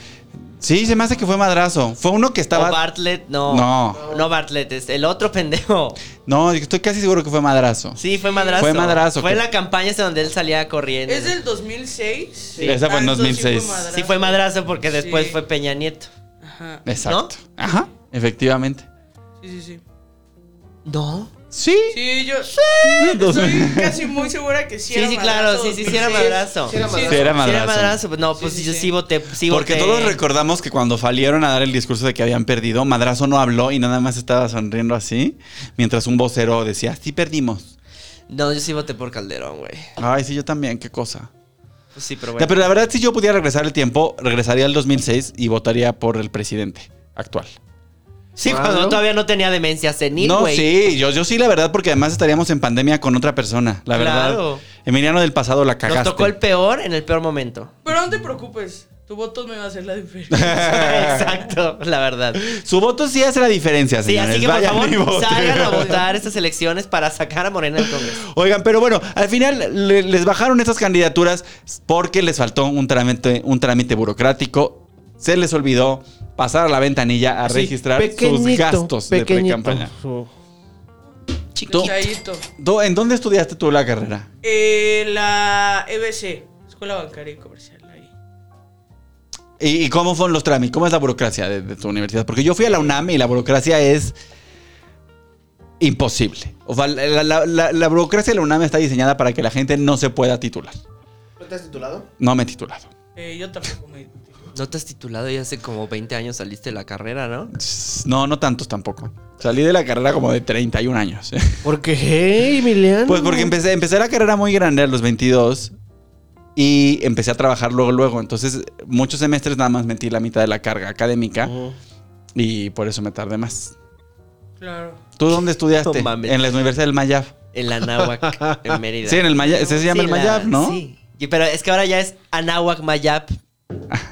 S6: Sí, se me hace que fue madrazo. Fue uno que
S7: ¿O
S6: estaba.
S7: Bartlett? No.
S6: No.
S7: No Bartlett, es el otro pendejo.
S6: No, estoy casi seguro que fue madrazo.
S7: Sí, fue madrazo.
S6: Fue madrazo,
S7: Fue
S6: que-
S7: en la campaña esa donde él salía corriendo.
S8: ¿Es del 2006? Sí.
S6: Esa fue en 2006.
S7: Sí, fue madrazo porque después
S8: Sí.
S7: fue Peña Nieto.
S8: Ajá.
S6: Exacto. Ajá, efectivamente.
S8: Sí, sí, sí.
S7: ¿No?
S6: Sí.
S8: Sí, yo
S6: Dos-
S8: estoy casi muy segura que sí
S7: Sí,
S8: era
S7: sí, claro,
S8: madrazo
S7: sí, sí, sí era
S8: 2006.
S7: madrazo. Sí
S9: era
S8: Sí,
S6: Sí, era
S7: era
S6: madrazo.
S7: madrazo, pues no, pues
S8: Sí, sí,
S7: yo
S8: sí.
S7: sí voté, sí
S6: Porque
S7: voté.
S6: todos recordamos que cuando salieron a dar el discurso de que habían perdido, Madrazo no habló y nada más estaba sonriendo así, mientras un vocero decía, sí perdimos.
S7: No, yo sí voté por Calderón, güey.
S6: Ay, sí, yo también, qué cosa.
S7: Pues sí, pero
S6: Ya,
S7: bueno.
S6: pero la verdad, si yo pudiera regresar el tiempo, regresaría al 2006 y votaría por el presidente actual.
S7: sí,
S9: Ah,
S7: cuando
S9: ¿no?
S7: todavía no tenía demencia senil,
S6: no,
S7: güey.
S6: sí, yo, yo sí, la verdad, porque además estaríamos en pandemia con otra persona, la
S7: Claro.
S6: verdad. Emiliano del pasado la
S7: Nos
S6: cagaste.
S7: tocó el peor en el peor momento.
S8: Pero no te preocupes, tu voto me va a hacer la diferencia.
S7: [LAUGHS] Exacto, la verdad.
S6: Su voto sí hace la diferencia,
S7: Sí,
S6: señores.
S7: así que por
S6: Vayan y
S7: favor,
S6: voten.
S7: salgan [LAUGHS] a votar estas elecciones para sacar a Morena del Congreso.
S6: Oigan, pero bueno, al final le- les bajaron estas candidaturas porque les faltó un trámite, un trámite burocrático. Se les olvidó pasar a la ventanilla a
S9: Sí,
S6: registrar sus
S9: pequeñito,
S6: gastos de
S9: pequeñito.
S6: pre-campaña.
S9: Su-
S6: Tú-
S8: Chayito.
S6: tú- ¿En dónde estudiaste tú la carrera?
S8: Eh, la EBC, Escuela Bancaria y Comercial. ahí.
S6: ¿Y, y cómo fueron los trámites? ¿Cómo es la burocracia de, de tu universidad? Porque yo fui a la UNAM y la burocracia es imposible. O sea, la, la- la- la burocracia de la UNAM está diseñada para que la gente no se pueda titular.
S9: ¿No te has titulado?
S6: No me he titulado.
S8: Eh, yo tampoco me...
S7: No te has titulado y hace como 20 años saliste de la carrera, ¿no?
S6: No, no tantos tampoco. Salí de la carrera como de 31 años. [LAUGHS]
S9: ¿Por qué, Emiliano?
S6: Pues porque empecé, empecé la carrera muy grande a los 22 y empecé a trabajar luego, luego. Entonces, muchos semestres nada más metí la mitad de la carga académica
S9: Ujú.
S6: y por eso me tardé más.
S8: Claro.
S6: ¿Tú dónde estudiaste?
S7: No mames.
S6: en la Universidad del Mayab.
S7: En la Anáhuac, en Mérida.
S6: Sí, en el Mayab. Se llama el
S7: la-
S6: Mayab, ¿no?
S7: Sí. Y- pero es que ahora ya es Anáhuac Mayab.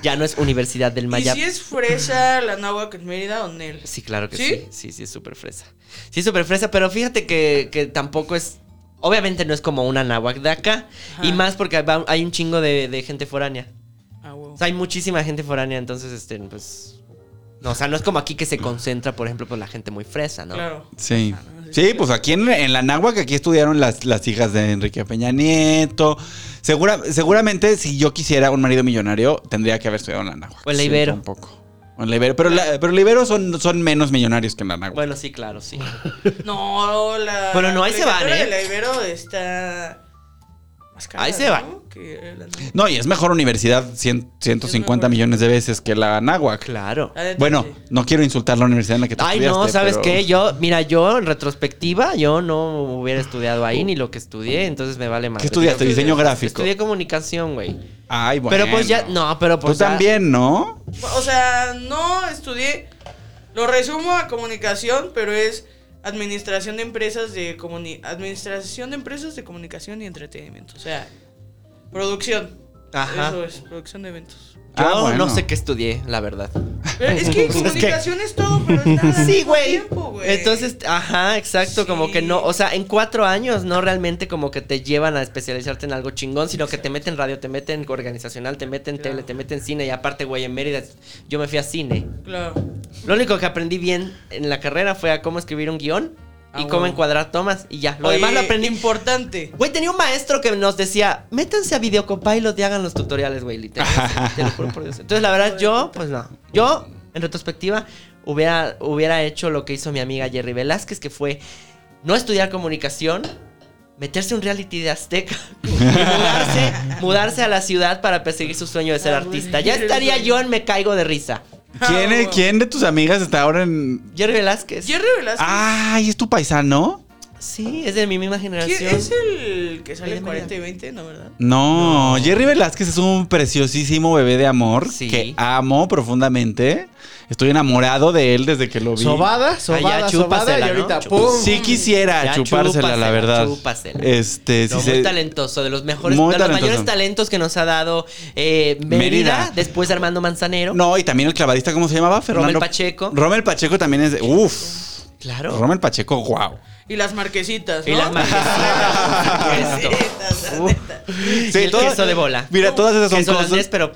S7: Ya no es Universidad del Mayab.
S8: ¿Y si es fresa la náhuatl en Mérida o Nel?
S7: Sí, claro que
S8: ¿Sí?
S7: sí. Sí, sí, es súper fresa. Sí, es súper fresa, pero fíjate que, que tampoco es. Obviamente no es como una náhuac de acá.
S8: Ajá.
S7: Y más porque va- hay un chingo de, de gente foránea.
S8: Ah, huevo.
S7: O sea, hay muchísima gente foránea, entonces, este, pues. No, o sea, no es como aquí que se concentra, por ejemplo, pues la gente muy fresa, ¿no?
S8: Claro.
S6: Sí. Sí, pues aquí en, en la Nahua, que aquí estudiaron las, las hijas de Enrique Peña Nieto. Segura, seguramente, si yo quisiera un marido millonario, tendría que haber estudiado en la Nahua.
S7: O en la Ibero.
S6: un poco. O en la Ibero. Pero, la, pero la Ibero son, son menos millonarios que en la Nahua.
S7: Bueno, sí, claro,
S8: [LAUGHS]
S7: sí.
S8: No, la.
S7: Bueno, no, ahí se van,
S8: colegiatura
S7: ¿eh?
S8: de La Ibero está. más caras,
S7: Ahí se va.
S8: ¿no? Que la-
S6: No, y es mejor universidad cien- 150 millones de veces que la Anáhuac.
S7: Claro.
S8: la neta,
S6: Bueno,
S8: sí.
S6: no quiero insultar la universidad en la que tú
S7: Ay,
S6: estudiaste,
S7: no, ¿sabes
S6: pero-
S7: qué? Yo, mira, yo en retrospectiva, yo no hubiera estudiado ahí ni lo que estudié, entonces me vale
S6: Oh.
S7: más.
S6: ¿Qué estudiaste? Diseño gráfico.
S7: Estudié comunicación, güey.
S6: Ay, bueno.
S7: Pero pues ya, no, pero pues
S6: Tú
S7: ya-
S6: también, ¿no?
S8: O sea, no estudié. Lo resumo a comunicación, pero es administración de empresas de comuni- administración de empresas de comunicación y entretenimiento. O sea, producción.
S7: Ajá.
S8: Eso es, producción
S7: [LAUGHS]
S8: de eventos.
S7: Yo
S6: Ah, bueno.
S7: no sé qué estudié, la verdad.
S8: Pero es que comunicación es, todo, pero es nada al
S7: Sí,
S8: mismo
S7: güey.
S8: tiempo, güey.
S7: Entonces, ajá, exacto, como que no, o sea, en cuatro años no realmente como que te llevan a especializarte en algo chingón, sino que te meten radio, te meten organizacional, te meten tele, te meten cine y aparte, güey, en Mérida yo me fui a cine.
S8: Claro.
S7: Lo único que aprendí bien en la carrera fue a cómo escribir un guión y
S8: Ah,
S7: cómo
S8: huevo.
S7: encuadrar tomas y ya. Lo
S8: Oye,
S7: demás lo aprendí.
S8: Importante.
S7: Güey, tenía un maestro que nos decía, métanse a Videocopilot y hagan los tutoriales, güey, literal.
S8: [LAUGHS]
S7: Te lo juro por Dios. Entonces, la verdad, yo, pues no. Yo, en retrospectiva, hubiera, hubiera hecho lo que hizo mi amiga Jerry Velázquez, que fue no estudiar comunicación, meterse un reality de Azteca [LAUGHS] y mudarse, mudarse a la ciudad para perseguir su sueño de ser
S8: Ah,
S7: artista.
S8: güey.
S7: Ya estaría yo en Me Caigo de Risa.
S6: ¿Quién,
S8: Ah,
S6: ¿Quién de tus amigas está ahora en...?
S7: Jerry Velázquez.
S8: Jerry Velázquez.
S7: Ah,
S6: Ay, ¿es tu paisano?
S7: Sí, es de mi misma
S8: ¿Quién
S7: generación.
S8: es el que sale
S7: Oye,
S8: en
S7: María.
S8: 40 y 20? No, ¿verdad?
S6: No, Jerry Velázquez es un preciosísimo bebé de amor
S7: Sí.
S6: que amo profundamente. Estoy enamorado de él desde que lo vi.
S9: Sobada, sobada,
S7: Ah,
S9: sobada
S7: ya,
S9: y
S7: chúpasela, ¿no?
S9: ahorita
S7: Chúpasela.
S9: pum.
S6: Sí quisiera
S7: Ya,
S6: chupársela, la
S7: chúpasela,
S6: verdad.
S7: chúpasela.
S6: Este, sí
S7: No,
S6: se-
S7: muy talentoso, de los mejores,
S6: Muy
S7: de los
S6: talentoso.
S7: mayores talentos que nos ha dado eh, Mérida,
S6: Mérida.
S7: después Armando Manzanero.
S6: No, y también el clavadista, ¿cómo se llamaba? Fernando
S7: Pacheco.
S6: Romel Pacheco también es de... Uf.
S7: Claro.
S6: Romel Pacheco, wow.
S8: Y las marquesitas,
S7: Y
S8: ¿no?
S7: las marquesitas, por
S8: [LAUGHS] Marquesitas, la
S7: Uh.
S8: neta.
S7: Y el queso de bola.
S6: Mira, todas esas son
S7: Queso
S6: cosas-
S7: holandés, pero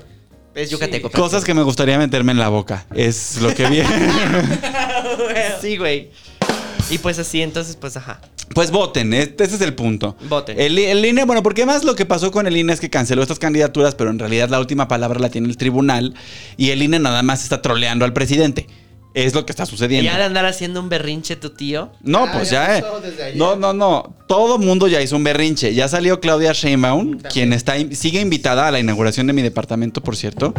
S7: es yucateco. pero-
S6: Cosas que me gustaría meterme en la boca. Es lo que
S7: [LAUGHS]
S6: viene.
S7: Sí, güey. Y pues así, entonces, pues ajá.
S6: Pues voten, este- ese es el punto.
S7: Voten.
S6: El, el INE, bueno, porque más lo que pasó con el INE es que canceló estas candidaturas, pero en realidad la última palabra la tiene el tribunal y el INE nada más está troleando al presidente. Es lo que está
S7: Y
S6: sucediendo.
S7: ya de andar haciendo un berrinche tu tío.
S6: No,
S9: Ah,
S6: pues
S9: ya
S6: ya, eh.
S9: pasó desde ayer.
S6: No, no, no. Todo mundo ya hizo un berrinche. Ya salió Claudia Sheinbaum, quien está in- sigue invitada a la inauguración de mi departamento, por cierto.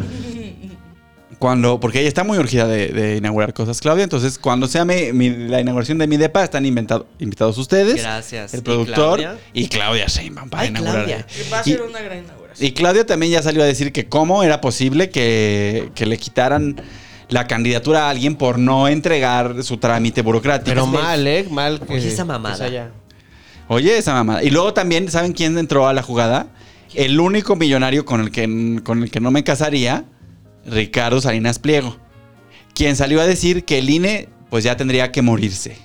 S6: Cuando, porque ella está muy urgida de, de inaugurar cosas, Claudia. Entonces, cuando sea mi- mi- la inauguración de mi depa, están inventado- invitados ustedes.
S7: Gracias.
S6: El
S7: ¿Y
S6: productor
S7: Claudia?
S6: y Claudia Sheinbaum para
S7: Ay,
S6: inaugurar.
S7: Claudia.
S8: Va a
S6: Y-
S8: ser una gran inauguración.
S6: y Claudia también ya salió a decir que cómo era posible que, que le quitaran la candidatura a alguien por no entregar su trámite burocrático.
S9: Pero mal, ¿eh? Mal que. pues
S7: Oye, esa mamada.
S9: o sea, ya.
S6: Oye, esa mamada. Y luego también, ¿saben quién entró a la jugada? El único millonario con el que, con el que no me casaría, Ricardo Salinas Pliego. Quien salió a decir que el INE, pues ya tendría que morirse.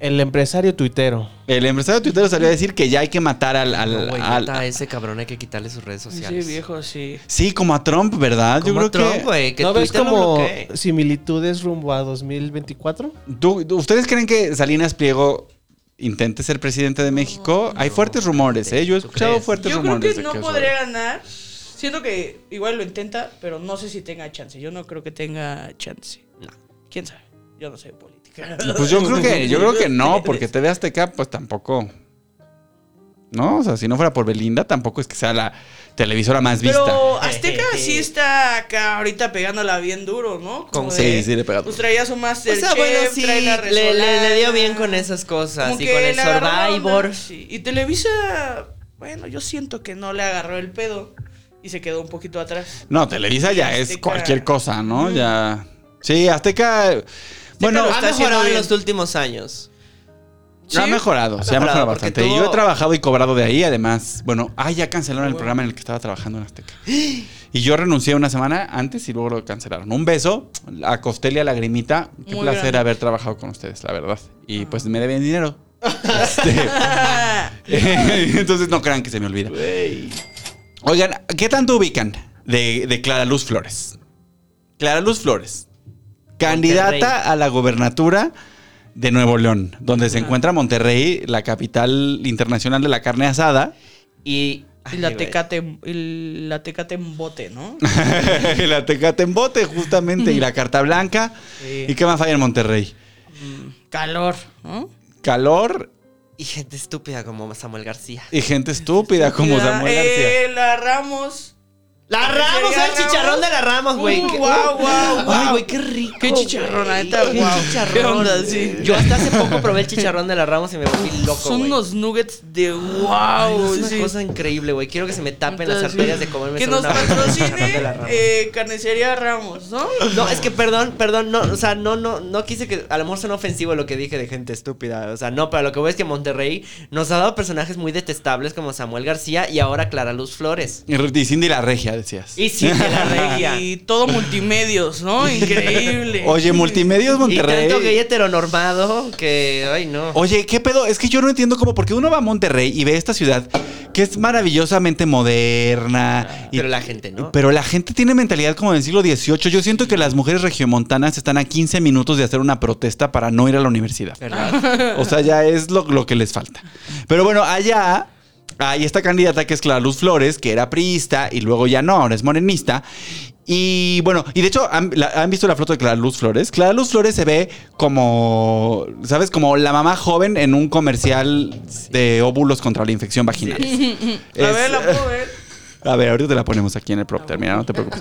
S9: El empresario tuitero.
S6: El empresario tuitero salió a decir que ya hay que matar al. al-
S7: No, güey,
S6: al-
S7: neta, a ese cabrón hay que quitarle sus redes sociales.
S8: sí.
S6: sí, como a Trump, ¿verdad?
S7: Como
S6: Ah, Yo creo
S7: Trump,
S6: que.
S7: güey, Eh, que
S9: ¿No ves
S7: Twitter lo
S9: como
S7: bloquee.
S9: similitudes rumbo a 2024?
S6: ¿Tú- tú- ¿Ustedes creen que Salinas Pliego intente ser presidente de México? Hay fuertes rumores, ¿eh? Yo he
S7: ¿Tú
S6: escuchado
S7: crees?
S6: fuertes
S8: Yo creo
S6: rumores.
S8: que
S6: de
S8: no
S6: eso-
S8: podría ganar. Siento que igual lo intenta, pero no sé si tenga chance. Yo no creo que tenga chance. No. ¿Quién sabe? Yo no sé de política.
S6: Pues yo creo
S8: [LAUGHS]
S6: que, yo creo que no, porque TV Azteca, pues tampoco. No, o sea, si no fuera por Belinda, tampoco es que sea la televisora más vista. [LAUGHS]
S8: Pero Azteca sí está acá ahorita pegándola bien duro, ¿no? Como
S6: Sí,
S8: de-
S6: sí, le pega
S8: Pues
S6: duro.
S8: traía su
S7: O
S8: Masterchef,
S7: sea, bueno, sí,
S8: trae la
S7: le, le- le dio
S8: resolana.
S7: bien con esas cosas
S8: Como
S7: y
S8: que
S7: con el
S8: le agarró la onda,
S7: Survivor.
S8: sí. Y Televisa, bueno, yo siento que no le agarró el pedo y se quedó un poquito atrás.
S6: No, Televisa ya es
S8: Azteca. Mm.
S6: cualquier cosa, ¿no? Ya. Sí, Azteca. Bueno,
S8: lo
S7: ha
S8: está haciendo
S7: mejorado en
S8: bien.
S7: los últimos años.
S8: Sí.
S6: ha mejorado, se ha mejorado
S7: Mejorado, porque
S6: bastante.
S7: tuvo-
S6: Yo he trabajado y cobrado de ahí, además. Bueno, ah, ya cancelaron el programa en el que estaba trabajando en Azteca. Y yo renuncié una semana antes y luego lo cancelaron. Un beso a Costelia Lagrimita. Qué
S8: Muy
S6: placer
S8: grande. Ah.
S6: haber trabajado con ustedes, la verdad. Y pues me deben
S8: [LAUGHS]
S6: dinero. Este, [LAUGHS] Entonces no crean que se me olvida. Oigan, ¿qué tanto ubican de, de Clara Luz Flores? Clara Luz Flores, candidata
S7: Monterrey.
S6: a la gobernatura de Nuevo León, donde se encuentra Monterrey, la capital internacional de la carne asada. [LAUGHS]
S7: Y,
S8: Y la tecate, en- y la tecate en bote,
S6: [LAUGHS]
S8: ¿no?
S6: la Tecate en bote, justamente, y la Carta Blanca. ¿Y qué más falla en Monterrey?
S8: Calor, ¿no?
S6: Calor
S7: Y gente estúpida como Samuel García.
S6: Y gente estúpida como
S8: La-
S6: Samuel García.
S8: eh, La Ramos.
S7: ¡La Ramos!
S8: Sería
S7: ¡El chicharrón
S8: Ramos.
S7: de la Ramos, güey!
S8: Uh,
S7: Qué-
S8: guau, guau,
S7: ¡Ay,
S8: guau.
S7: güey, qué rico!
S8: Qué chicharrón, la
S7: güey.
S8: neta,
S7: ¡Qué
S8: guau.
S7: chicharrón!
S8: Qué onda, sí.
S7: Yo hasta hace poco probé el chicharrón de la Ramos y me volví loco,
S8: Son
S7: güey.
S8: unos nuggets de
S7: Ay,
S8: wow.
S7: es una
S8: sí.
S7: cosa increíble, güey. Quiero que se me tapen las
S8: Entonces,
S7: arterias de comerme
S8: Que
S7: solo
S8: nos
S7: una vez el chicharrón [LAUGHS] de
S8: patrocine
S7: la Ramos.
S8: eh, Carnicería
S7: [LAUGHS]
S8: Ramos, ¿no?
S7: No, es que perdón, perdón, no, o sea, no, no, no quise que. A lo mejor suena ofensivo lo que dije de gente estúpida. O sea, no, pero lo que voy es que Monterrey nos ha dado personajes muy detestables como Samuel García y ahora Clara Luz Flores.
S6: Y Cindy la regia, decías.
S7: Eh. Y
S8: [LAUGHS]
S7: sí, que la regia.
S8: Y todo
S7: [LAUGHS]
S8: multimedios, ¿no? Increíble.
S6: [LAUGHS] Oye, Multimedios
S7: Y tanto gay
S6: Monterrey.
S7: heteronormado que. Ay, no.
S6: Oye, ¿qué pedo? Es que yo no entiendo cómo, porque uno va a Monterrey y ve esta ciudad que es maravillosamente moderna. y-
S7: Pero la gente no.
S6: Pero la gente tiene mentalidad como del siglo XVIII. Yo siento que las mujeres regiomontanas están a 15 minutos de hacer una protesta para no ir a la universidad.
S8: [LAUGHS]
S7: ¿Verdad?
S6: O sea, ya es lo, lo que les falta. Pero bueno, allá hay esta candidata que es Clara Luz Flores, que era priista y luego ya no, ahora es morenista. Y bueno, y de hecho, ¿han, la- han visto la foto de Clara Luz Flores? Clara Luz Flores se ve como, ¿sabes? Como la mamá joven en un comercial de óvulos contra la infección vaginal. [LAUGHS]
S8: A ver,
S6: Es-
S8: la puedo ver.
S6: a ver, ahorita te la ponemos aquí en el prop terminal, no te preocupes.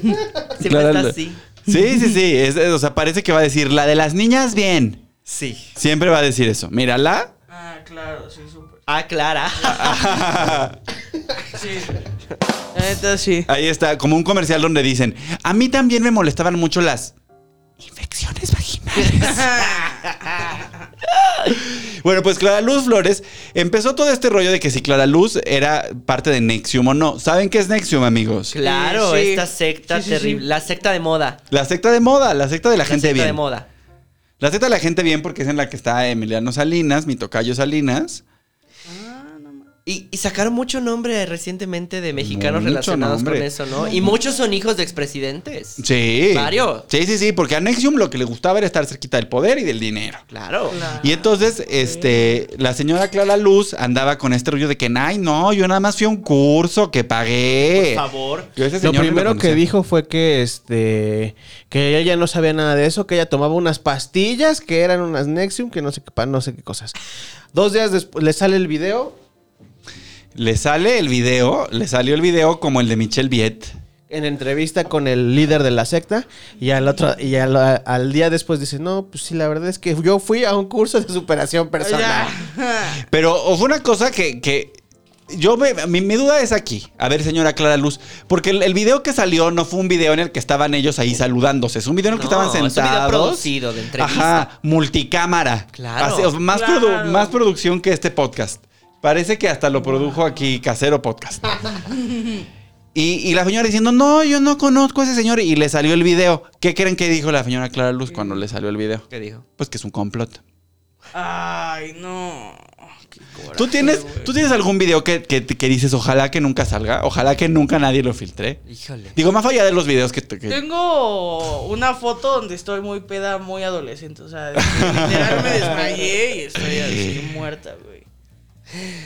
S7: Siempre
S6: Clara
S7: está
S6: Lu-
S7: así.
S6: [LAUGHS] Sí, sí, sí. es- es- o sea, parece que va a decir la de las niñas bien.
S7: Sí.
S6: Siempre va a decir eso.
S8: [LAUGHS]
S6: Mírala.
S8: Ah, claro, sí, súper.
S7: Ah, Clara.
S8: Sí. La neta, sí.
S6: Ahí está, como un comercial donde dicen, a mí también me molestaban mucho las infecciones vaginales. bueno, pues Clara Luz Flores empezó todo este rollo de que si Clara Luz era parte de Nexium o no. ¿Saben qué es Nexium, amigos?
S7: [LAUGHS] Claro,
S8: Sí.
S7: esta secta
S8: Sí, sí,
S7: terrible.
S8: sí.
S7: La secta de moda.
S6: La secta de moda, la secta de la,
S7: La
S6: gente
S7: secta
S6: bien.
S7: de moda.
S6: La secta de la gente bien porque es en la que está Emiliano Salinas, mi tocayo Salinas.
S7: Y, y sacaron mucho nombre recientemente de mexicanos
S6: Mucho
S7: relacionados
S6: nombre.
S7: con eso, ¿no? Y muchos son hijos de expresidentes.
S6: Sí.
S7: Varios.
S6: Sí, sí, sí, porque a Nexium lo que le gustaba era estar cerquita del poder y del dinero.
S7: Claro.
S6: Y entonces, este, la señora Clara Luz andaba con este rollo de que, ay, no, yo nada más fui a un curso que pagué.
S7: Por favor.
S6: Yo a ese
S9: Lo
S6: señor ni
S9: primero que
S6: conocía.
S9: dijo fue que este que ella no sabía nada de eso, que ella tomaba unas pastillas que eran unas Nexium, que no sé qué pa- no sé qué cosas. Dos días después le sale el video.
S6: Le sale el video, le salió el video como el de Michelle Viet.
S9: En entrevista con el líder de la secta y al otro y al, al día después dice, "No, pues sí, la verdad es que yo fui a un curso de superación personal."
S8: Ya.
S6: Pero o fue una cosa que, que yo me, mi, mi duda es aquí. A ver, señora Clara Luz, porque el, el video que salió no fue un video en el que estaban ellos ahí saludándose, es un video en el que
S7: No,
S6: estaban
S7: es un video
S6: sentados.
S7: producido de entrevista.
S6: Ajá, multicámara.
S7: Claro.
S6: Así, o sea, más,
S8: Claro.
S6: produ- más producción que este podcast. Parece que hasta lo produjo aquí Casero Podcast. Y, y la señora diciendo, no, yo no conozco a ese señor. Y le salió el video. ¿Qué creen que dijo la señora Clara Luz cuando le salió el video?
S7: ¿Qué dijo?
S6: Pues que es un complot.
S8: Ay, no. Qué coraje,
S6: ¿Tú tienes,
S8: güey.
S6: ¿Tú tienes algún video que, que- que dices ojalá que nunca salga? Ojalá que nunca nadie lo filtre.
S7: Híjole.
S6: Digo, más allá de los videos que... que-
S8: Tengo una foto donde estoy muy peda, muy adolescente. O sea, de que literal me desmayé y estoy así muerta, güey.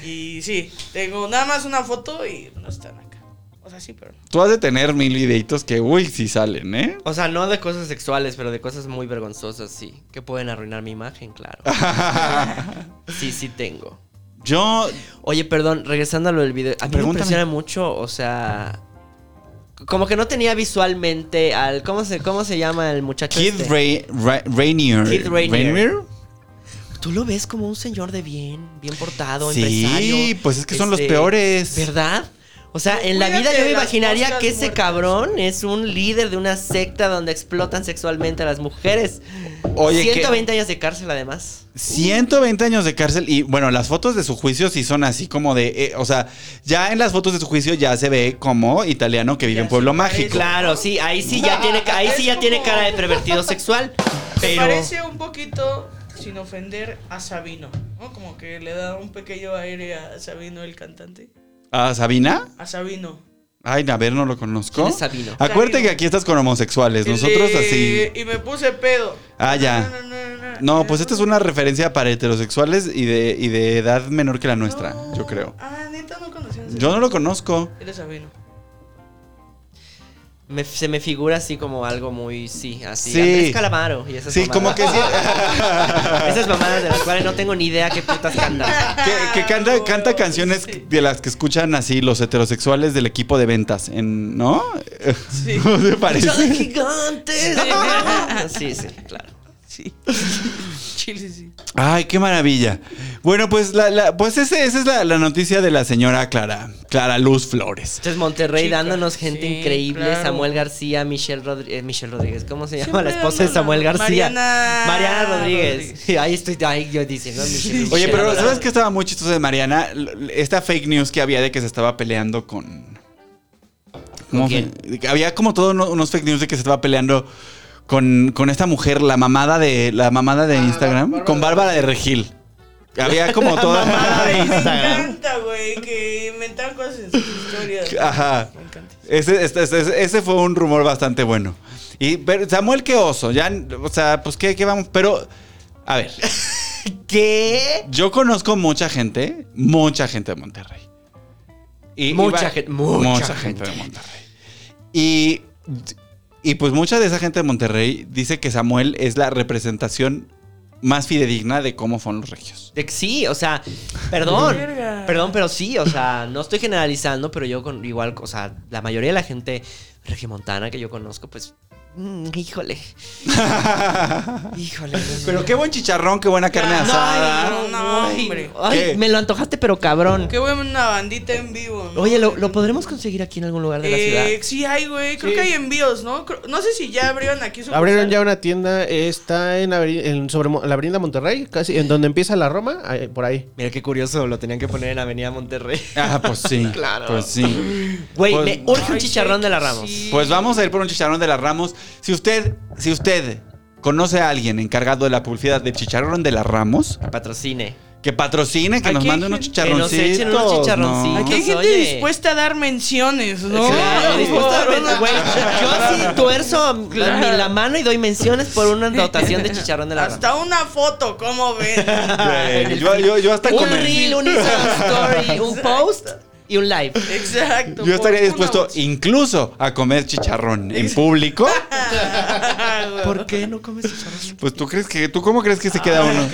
S8: Y sí, tengo nada más una foto y no están acá. O sea, sí, pero no.
S6: Tú has de tener mil videitos que, uy, sí salen, ¿eh?
S7: O sea, no de cosas sexuales, pero de cosas muy vergonzosas, sí. Que pueden arruinar mi
S6: [LAUGHS]
S7: imagen, claro. sí, sí tengo.
S6: Yo...
S7: Oye, perdón, regresando a lo del video. A mí
S6: Pregúntame.
S7: me impresiona mucho, o sea... Como que no tenía visualmente al... ¿Cómo se, cómo se llama el muchacho
S6: Kid
S7: este?
S6: Ray- Ra- Rainier.
S7: Kid Rainier. Tú lo ves como un señor de bien, bien portado,
S6: Sí,
S7: empresario. este,
S6: pues es que son los peores.
S7: ¿Verdad? O sea, en la
S8: Cuídate
S7: vida yo me
S8: de las
S7: imaginaría
S8: moscas
S7: que ese
S8: muertas.
S7: cabrón es un líder de una secta donde explotan sexualmente a las mujeres.
S6: Oye, que-
S7: 120 años de cárcel además.
S6: 120 años de cárcel y bueno, las fotos de su juicio sí son así como de, eh, o sea, ya en las fotos de su juicio ya se ve como italiano que vive en Pueblo Mágico.
S7: Claro, sí, ahí sí
S8: [LAUGHS]
S7: ya tiene, ahí sí ya tiene cara de pervertido sexual.
S8: Me
S7: Pero
S8: parece un poquito, sin ofender, a Sabino. ¿no? Como que le da un pequeño aire a Sabino, el cantante.
S6: ¿A Ah, Sabina?
S8: A Sabino.
S6: Ay, a ver, no lo conozco.
S7: ¿Quién es Sabino?
S6: Acuérdate
S8: Sabino.
S6: que aquí estás con homosexuales,
S8: Y
S6: nosotros
S8: le-
S6: así.
S8: Y me puse pedo.
S6: Ah, ya.
S8: No, no, no, no,
S6: No, pues esta es una referencia para heterosexuales y de, y de edad menor que la nuestra,
S8: No.
S6: yo creo.
S8: Ah, neta, no
S6: [LAUGHS]
S8: conocías.
S6: Yo no lo conozco.
S8: Eres Sabino.
S7: Me- se me figura así como algo muy, sí, así.
S6: Sí.
S7: Andrés Calamaro y esas
S6: Sí, como
S7: mamadas.
S8: [LAUGHS]
S6: que sí.
S7: [LAUGHS] Esas mamadas de las cuales no tengo ni idea qué putas
S6: [LAUGHS]
S7: cantan.
S6: Que, que canta, canta canciones de las que escuchan así los heterosexuales del equipo de ventas, en, ¿no?
S8: Sí.
S6: [LAUGHS] ¿No te parece?
S7: ¡Son gigantes! [LAUGHS] Sí, sí, claro.
S6: [LAUGHS]
S8: Sí. Chile, sí.
S6: Ay, qué maravilla. Bueno, pues, la, la- pues ese- esa es la, la noticia de la señora Clara, Clara Luz Flores.
S7: Entonces Monterrey
S8: Chica,
S7: dándonos gente
S8: sí,
S7: increíble,
S8: claro.
S7: Samuel García, Michelle Rodríguez, Michelle Rodríguez, ¿cómo se llama
S8: Siempre
S7: la esposa de
S8: dándonos.
S7: Samuel García?
S8: Mariana
S7: Mariana Rodríguez.
S8: Rodríguez.
S7: Sí, [LAUGHS] Ahí estoy, ahí yo diciendo Michelle
S6: Oye,
S7: Michelle
S6: pero
S7: Rodríguez.
S6: ¿sabes qué estaba muy chistoso de Mariana? L- Esta fake news que había de que se estaba peleando con... ¿Cómo
S7: quién?
S6: fue? Que Había como todos uno- unos fake news de que se estaba peleando con, con esta mujer, la mamada de, la mamada de Instagram, con Ah, Bárbara de Regil. Había [LAUGHS] como toda...
S8: Me encanta, güey, que inventan cosas en sus historias.
S6: [LAUGHS] Ajá.
S8: Me encanta.
S6: Ese, este- este- ese- ese fue un rumor bastante bueno. Y pero Samuel, qué oso. Ya, o sea, pues qué, qué vamos. Pero, a ver,
S7: ¿Qué?
S6: yo conozco mucha gente, mucha gente de Monterrey. Y-
S7: Mucha
S6: y va-
S7: gente, mucha
S6: gente de Monterrey. Y, y pues mucha de esa gente de Monterrey dice que Samuel es la representación más fidedigna de cómo son los
S7: [LAUGHS]
S6: regios.
S7: De que Sí, o sea, perdón,
S8: Verga.
S7: perdón, pero sí, o sea, no estoy generalizando, pero yo con igual, o sea, la mayoría de la gente regimontana que yo conozco, pues, mm, híjole, híjole.
S6: Pero qué buen chicharrón, qué buena carne
S8: Ay,
S6: asada.
S8: no, no, hombre.
S7: Ay,
S6: ¿Qué?
S7: me lo antojaste, pero cabrón.
S8: Qué buena bandita en vivo. ¿no?
S7: Oye, ¿lo, lo podremos conseguir aquí en algún lugar de la ciudad?
S8: Eh, sí hay, güey. Creo que hay envíos, ¿no? Creo- No sé si ya abrieron aquí
S9: [LAUGHS]
S8: su.
S9: Abrieron ya una tienda, eh, está en, aveni- en- sobre Mo- la Avenida Monterrey, casi en donde empieza la Roma, ahí- por ahí.
S7: Mira qué curioso, lo tenían que poner en Avenida Monterrey.
S6: Ah, pues sí.
S7: Claro.
S6: Pues sí.
S7: Güey,
S6: Pues-
S7: me urge un
S8: Ay,
S7: chicharrón
S8: sí,
S7: de la
S8: que
S7: Ramos.
S8: sí.
S6: Pues vamos a ir por un chicharrón de las Ramos. Si usted, si usted conoce a alguien encargado de la publicidad del chicharrón de las Ramos,
S7: Patrocine.
S6: que patrocine, que
S8: Aquí
S6: nos
S8: hay
S6: mande unos
S8: gente-
S7: Que nos
S6: chicharroncitos.
S7: echen unos
S6: ¿no?
S7: chicharroncitos.
S8: Aquí hay
S7: Pues,
S8: gente
S7: oye.
S8: dispuesta a dar menciones, ¿no?
S7: Claro,
S8: [LAUGHS] Por
S7: dispuesto a
S8: favor,
S7: ver-
S8: una-
S7: güey, yo sí tuerzo mi- la mano y doy menciones por una
S8: [LAUGHS]
S7: dotación de chicharrón de la Ramos.
S8: [LAUGHS] Hasta una foto, ¿cómo ven?
S7: Ah,
S6: Güey, [LAUGHS] yo, yo- yo hasta
S7: Un
S6: comer-
S7: reel, un Instagram story, un post y un live.
S8: Exacto.
S6: Yo estaría
S8: por una
S6: dispuesto
S8: voz.
S6: incluso a comer
S7: [LAUGHS]
S6: chicharrón en público.
S8: Ah, güey.
S7: ¿Por qué no comes
S8: [LAUGHS]
S7: chicharrón?
S6: Pues tú crees que, tú cómo crees que se queda uno.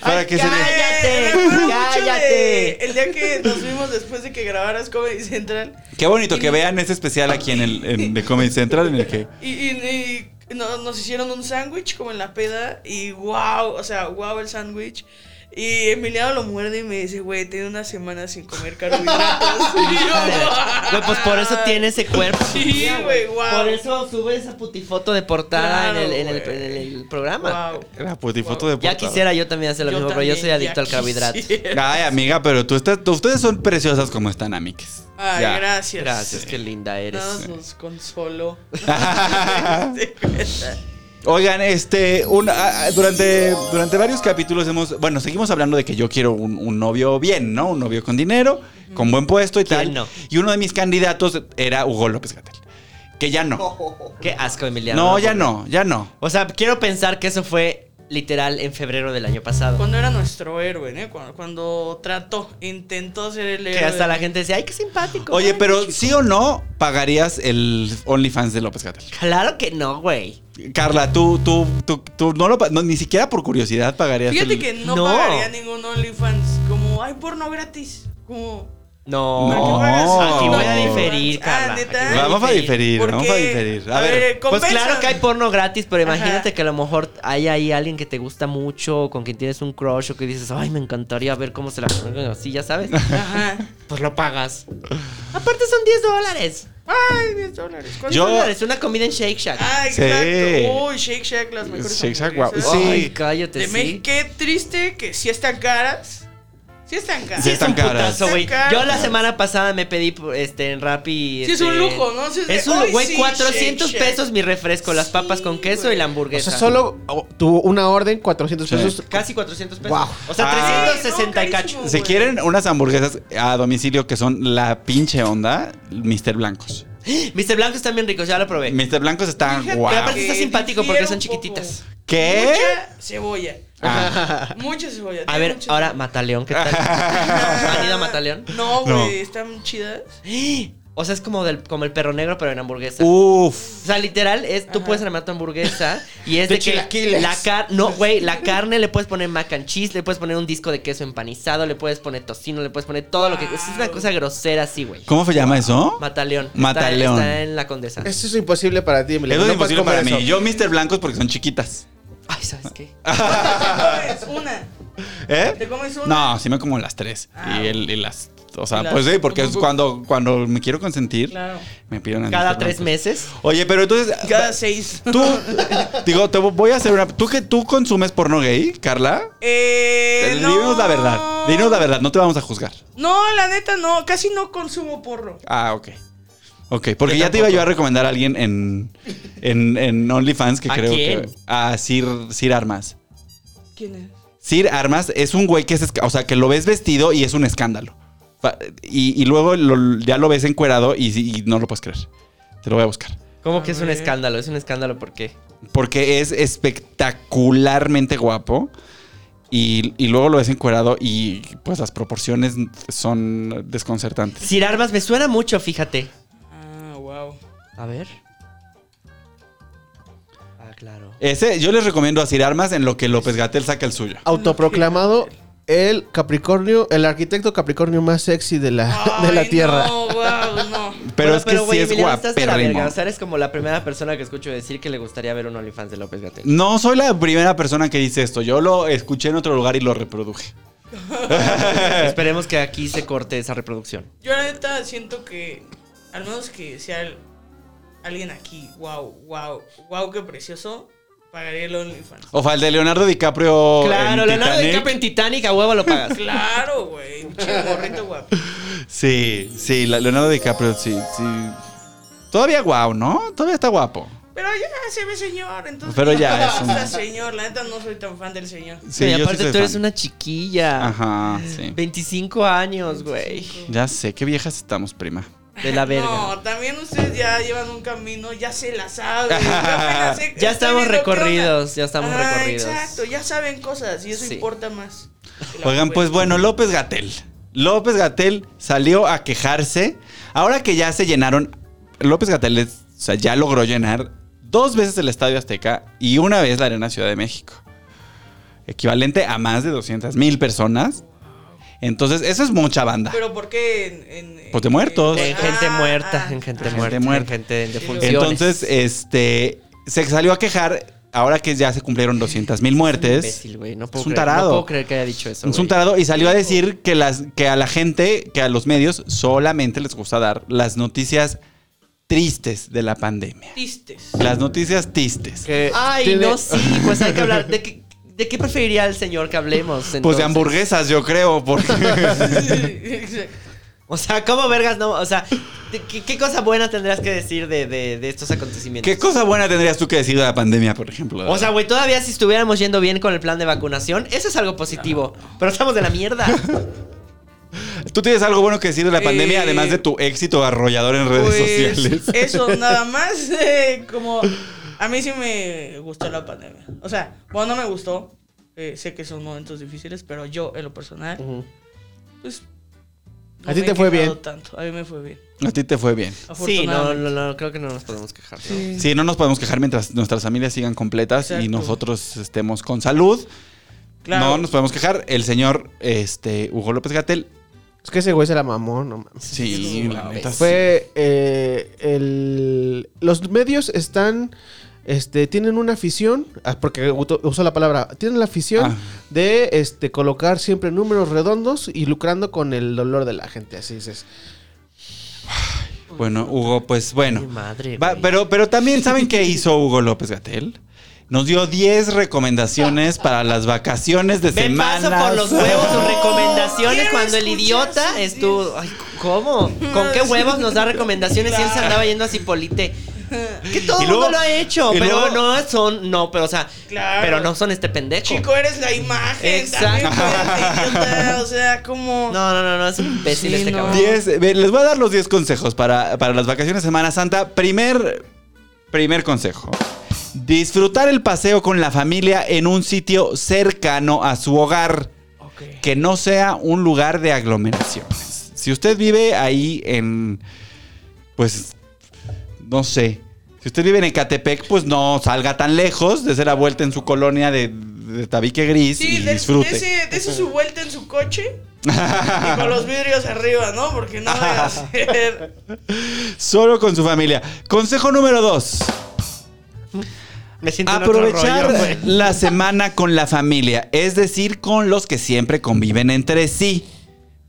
S6: Para que se le-
S7: cállate,
S8: Me acuerdo mucho
S7: cállate.
S8: de El día que nos vimos después de que grabaras Comedy Central
S6: Qué bonito que vean ese especial aquí en el en The Comedy Central en el que
S8: y, y- y no- nos hicieron un sándwich como en la peda y wow, o sea, wow el sándwich. Y Emiliano lo muerde y me dice, güey, tengo una semana
S7: [LAUGHS]
S8: sin comer carbohidratos. Y yo,
S7: Güey, pues por eso tiene ese cuerpo.
S8: Sí, güey, wow.
S7: Por eso sube esa putifoto de portada
S8: Claro,
S7: en, el, en el-
S8: güey.
S7: en el programa. [LAUGHS]
S8: Wow.
S6: era putifoto de
S7: Ya
S6: portada.
S7: quisiera yo también hacer lo mismo, pero yo
S8: también
S7: soy adicto
S8: ya
S7: al carbohidrato.
S8: quisiera.
S6: Ay, amiga, pero tú estás, tú- ustedes son preciosas como están, amigues.
S8: Ay,
S6: Ya.
S8: gracias.
S7: Gracias, qué linda eres.
S8: Nada más nos consoló. [LAUGHS]
S6: [LAUGHS] Oigan, este, un- a- a- durante, durante varios capítulos hemos, bueno, seguimos hablando de que yo quiero un, un novio bien, ¿no? Un novio con dinero, con buen puesto y
S7: ¿Quién
S6: tal.
S7: no?
S6: Y uno de mis candidatos era Hugo López Gatel. Que ya no.
S7: Qué asco, Emiliano.
S6: No, [LAUGHS] ya no, ya no.
S7: O sea, quiero pensar que eso fue literal en febrero del año pasado.
S8: Cuando era nuestro héroe, ¿eh? Cuando, cuando trató, intentó ser el héroe.
S7: Que hasta la gente decía, ay, qué simpático.
S6: Oye,
S7: Ay,
S6: pero
S7: qué chico".
S6: sí o no pagarías el OnlyFans de López Gatel.
S7: Claro que no, güey.
S6: Carla, tú, tú, tú, tú no lo, pa- no, ni siquiera por curiosidad pagarías.
S8: Fíjate
S6: el-
S8: que no,
S7: No.
S8: pagaría ningún OnlyFans. Como, hay porno gratis. Como.
S7: No.
S8: ¿para qué
S6: No.
S8: pagas?
S7: Aquí voy a
S8: No.
S7: diferir,
S8: Ah,
S7: Carla.
S8: ¿neta?
S7: Aquí
S6: Vamos a diferir,
S8: ¿Por
S6: vamos
S8: qué?
S6: a diferir. A,
S8: A
S6: ver,
S8: ver,
S7: Pues
S8: Compénsame.
S7: claro que hay porno gratis, pero imagínate
S8: Ajá.
S7: que a lo mejor hay ahí alguien que te gusta mucho, o con quien tienes un crush o que dices, ay, me encantaría ver cómo se la [LAUGHS] ponen así, ya sabes.
S8: Ajá.
S7: pues lo pagas. Aparte son 10 dólares.
S8: Ay, 10 dólares. ¿Cuánto?
S6: Yo-
S7: dólares, una comida en Shake Shack.
S8: Ah,
S6: Sí.
S8: exacto. Uy, Shake Shack, las mejores.
S6: Shake Shack, guau.
S8: hamburguesas.
S6: Sí.
S7: Ay, cállate,
S8: De
S7: sí.
S8: México, qué triste que sí están caras. Sí están caras.
S6: Sí
S7: Sí, es un
S6: están caras.
S7: putazo, güey.
S8: Están caras.
S7: Yo la semana pasada me pedí este, en Rappi.
S8: Sí, es
S7: este,
S8: un lujo, ¿no? Sí, es de,
S7: Es un
S8: "Ay,
S7: güey,
S8: sí,
S7: 400
S8: Shake Shack".
S7: pesos mi refresco, las
S8: Sí,
S7: papas con queso
S8: güey.
S7: y la
S9: O
S7: hamburguesa.
S9: sea, solo oh, tuvo una orden, 400
S6: Sí.
S9: pesos.
S7: Casi 400 pesos.
S9: Guau.
S7: O sea,
S6: Ay,
S7: 360 y
S8: no,
S7: cacho.
S8: carísimo.
S6: Si quieren unas hamburguesas a domicilio que son la pinche onda, Mr. Blancos.
S7: Mr. Blancos están bien ricos, ya lo probé.
S6: Mr. Blancos están
S8: Fíjate
S6: guau.
S7: Pero aparte
S8: que
S7: está simpático porque son
S8: difiere un poco.
S7: chiquititas.
S6: ¿Qué?
S8: Mucha cebolla.
S6: ¿Eh? Ah,
S8: Mucha cebolla.
S7: A
S8: tiene
S7: ver,
S8: mucha
S7: ahora
S6: [LAUGHS]
S8: cebolla.
S7: Mataleón, ¿qué tal? ¿Han ido a Mataleón?
S8: No,
S6: No. [LAUGHS]
S8: güey, están chidas.
S7: O sea, es como, del, como el perro negro, pero en hamburguesa.
S6: Uh. Uf.
S7: O sea, literal, es, tú puedes armar tu hamburguesa y es
S6: De
S7: de, que
S6: chilaquiles.
S7: la car no,
S6: [LAUGHS]
S7: güey, la carne le puedes poner mac and cheese, le puedes poner un disco de queso empanizado, le puedes poner tocino, le puedes poner todo lo que es una cosa grosera así, güey.
S6: ¿Cómo se llama eso?
S7: Mataleón. Está-
S6: Mataleón.
S7: Está, en la Condesa.
S9: Eso es imposible para ti, Emiliano.
S6: Eso es
S9: No puedes
S6: imposible para
S9: comer
S6: mí.
S9: eso.
S6: Yo Mr. Blancos porque son chiquitas.
S7: Ay, ¿sabes qué?
S6: Ah,
S8: ¿Te comes una?
S6: ¿Eh?
S8: ¿Te comes una?
S6: No, sí me como las tres.
S8: Ah.
S6: Y, el- y las... O sea,
S8: Y las-
S6: pues sí, porque es
S8: Ujú.
S6: cuando, cuando me quiero consentir,
S8: Claro.
S6: me pido una
S7: Cada
S6: Mr.
S7: tres
S6: Blancos.
S7: meses.
S6: Oye, pero entonces...
S8: Cada seis. [LAUGHS]
S6: Tú, digo, te voy a hacer una... ¿Tú, que, ¿Tú consumes porno gay, Carla?
S8: Eh, no.
S6: Dinos la verdad. Dinos la verdad, no te vamos a juzgar.
S8: No, la neta no. Casi no consumo porro.
S6: Ah, ok. Ok, porque ya te iba yo a recomendar a alguien en, en, en OnlyFans que
S7: ¿A
S6: creo que.
S7: quién?
S6: A Sir, Sir Armas.
S8: ¿Quién es?
S6: Sir Armas es un güey que es. esca- O sea, que lo ves vestido y es un escándalo. Fa- Y, y luego lo- ya lo ves encuerado y, y no lo puedes creer. Te lo voy a buscar.
S7: ¿Cómo que es un escándalo? Es un escándalo, ¿por qué?
S6: Porque es espectacularmente guapo. Y, y luego lo ves encuerado y pues las proporciones son desconcertantes.
S7: Sir Armas me suena mucho, fíjate.
S8: Ah, [LAUGHS] wow.
S7: A ver. Ah, claro.
S6: Ese, yo les recomiendo a Sir Armas en lo que López Gatel saca el suyo.
S9: Autoproclamado el Capricornio, el arquitecto Capricornio más sexy de la, [LAUGHS] de la
S8: Ay,
S9: Tierra.
S8: No, wow, no.
S6: Pero
S7: Bueno,
S6: es que
S7: güey,
S6: sí es
S7: Emiliano, estás de la
S6: guapérrimo.
S7: verga. O sea, eres como la primera persona que escucho decir que le gustaría ver un OnlyFans de López
S6: [LAUGHS]
S7: Gatel.
S6: No soy la primera persona que dice esto. Yo lo escuché en otro lugar y lo reproduje.
S7: Esperemos que aquí se corte esa reproducción.
S8: Yo la neta siento que, al menos que sea el- alguien aquí, wow, wow, wow, qué precioso, pagaría el OnlyFans.
S6: O fue el de Leonardo DiCaprio.
S7: claro,
S6: en
S7: Leonardo
S6: Titanic.
S7: DiCaprio en Titanic, a huevo lo pagas.
S8: Claro, güey, pinche gorrito guapo.
S6: Sí, sí, la- Leonardo DiCaprio, sí, sí. Todavía guau, ¿no? Todavía está guapo.
S8: Pero ya se ve señor, entonces.
S6: Pero
S8: [LAUGHS]
S6: ya es
S8: es
S6: un-
S8: señor, la neta no soy tan fan del señor.
S6: [LAUGHS] Sí,
S7: y
S6: yo sí
S7: aparte
S6: soy
S7: tú eres
S6: fan.
S7: una chiquilla.
S6: Ajá, sí.
S7: 25 años, güey.
S6: Ya sé, qué viejas estamos, prima.
S7: De la verga.
S8: No, también ustedes ya llevan un camino, ya se la saben.
S7: [LAUGHS]
S8: yo apenas sé- estoy
S7: Ya estamos
S8: viendo qué onda.
S7: recorridos, ya estamos
S8: Ajá,
S7: recorridos.
S8: Exacto, ya saben cosas y eso
S7: Sí.
S8: importa más. que
S6: [LAUGHS]
S8: la
S6: Oigan, pues
S8: juventud.
S6: bueno, López Gatel. López Gatel salió a quejarse. Ahora que ya se llenaron. López Gatel o sea, ya logró llenar dos veces el Estadio Azteca y una vez la Arena Ciudad de México. Equivalente a más de 200 mil personas. Entonces, eso es mucha banda.
S8: Pero ¿por qué en, en-
S6: Pues de muertos.
S7: En gente
S8: Ah,
S7: muerta,
S8: ah.
S7: en gente
S6: Gente
S7: muerta,
S6: muerta.
S7: en gente en defunciones.
S6: Entonces, este. Se salió a quejar ahora que ya se cumplieron 200 mil muertes.
S7: Imbécil, güey, no puedo
S6: Es un
S7: creer-
S6: tarado.
S7: No puedo creer que haya dicho eso.
S6: Es un
S7: güey.
S6: tarado y salió a decir que, las, que a la gente, que a los medios, solamente les gusta dar las noticias tristes de la pandemia.
S8: Tistes.
S6: Las noticias tristes.
S9: Que
S7: Ay,
S9: tiene-
S7: no, sí, pues hay
S6: [LAUGHS]
S7: que hablar. ¿De qué, de qué preferiría el señor que hablemos?
S6: Pues de
S7: entonces?
S6: hamburguesas, yo creo, porque
S7: [LAUGHS] O sea, ¿cómo vergas no? O sea, ¿de qué, qué cosa buena tendrás que decir de, de- de estos acontecimientos?
S6: ¿qué cosa buena tendrías tú que decir de la pandemia, por ejemplo?
S7: O sea, güey, todavía si estuviéramos yendo bien con el plan de vacunación, eso es algo positivo. Pero estamos de
S6: [LAUGHS]
S7: la mierda.
S6: ¿tú tienes algo bueno que decir de la
S8: Eh,
S6: pandemia, además de tu éxito arrollador en redes
S8: Pues,
S6: sociales?
S8: [LAUGHS]
S6: [LAUGHS]
S8: Eso, nada más. eh, como a mí sí me gustó la pandemia. O sea, bueno, no me gustó. eh, sé que son momentos difíciles, pero yo, en lo personal, pues. no
S9: ¿A ti
S8: me
S9: te
S8: he
S9: fue
S8: quejado
S9: bien?
S8: Tanto. A mí me fue bien.
S6: A ti te fue bien.
S7: Sí, no,
S8: Afortunadamente.
S7: no, no, creo que no nos podemos quejar. ¿no?
S6: Sí, no nos podemos quejar mientras nuestras familias sigan completas y
S8: Exacto.
S6: nosotros estemos con salud.
S8: Claro.
S6: No nos podemos quejar. El señor este, Hugo López Gatel
S9: [LAUGHS] Es que ese güey se la mamó, no mames.
S6: Sí, la neta.
S9: Fue eh, el... Los medios están... Este, tienen una afición, ah, porque uto- uso la palabra, tienen la afición
S6: Ah.
S9: de este, colocar siempre números redondos y lucrando con el dolor de la gente, así dices.
S6: Bueno, Hugo, pues bueno.
S7: Mi madre,
S6: Va-
S7: güey.
S6: pero, pero también, ¿saben qué hizo Hugo López Gatel? Nos dio 10 recomendaciones para las vacaciones de
S7: Me
S6: semana.
S7: paso por los huevos sus recomendaciones
S8: Quiero
S7: cuando el
S8: escuchar sus
S7: idiota
S8: diez.
S7: estuvo. Ay, ¿cómo? ¿Con qué huevos nos da recomendaciones si él se andaba yendo a Cipolite? Que todo
S6: Y
S7: el
S6: luego-
S7: mundo lo ha hecho,
S6: y
S7: pero
S6: luego-
S7: no son, no, pero o sea,
S8: Claro.
S7: pero no son este pendejo.
S8: Chico, eres la imagen.
S7: Exacto.
S8: también,
S7: [LAUGHS]
S8: idiota, o sea, como.
S7: No, no, no, no, es un imbécil
S8: Sí,
S7: este
S8: no.
S7: cabrón.
S6: 10, ve, les voy a dar los 10 consejos para, para las vacaciones de Semana Santa. Primer, primer consejo. Disfrutar el paseo con la familia en un sitio cercano a su hogar. Que no sea un lugar de aglomeraciones. Si usted vive ahí en, pues, no sé. Si usted vive en Ecatepec, pues no salga tan lejos, de la vuelta en su colonia de, de tabique gris
S8: Sí,
S6: y
S8: de-
S6: disfrute.
S8: dese- dese su vuelta en
S6: [LAUGHS]
S8: su coche y con los vidrios arriba, ¿no? Porque no debe hacer. [LAUGHS]
S6: Solo con su familia. Consejo número dos.
S7: Me siento en otro
S6: Aprovechar
S7: rollo, güey.
S6: la semana con la familia, es decir, con los que siempre conviven entre sí.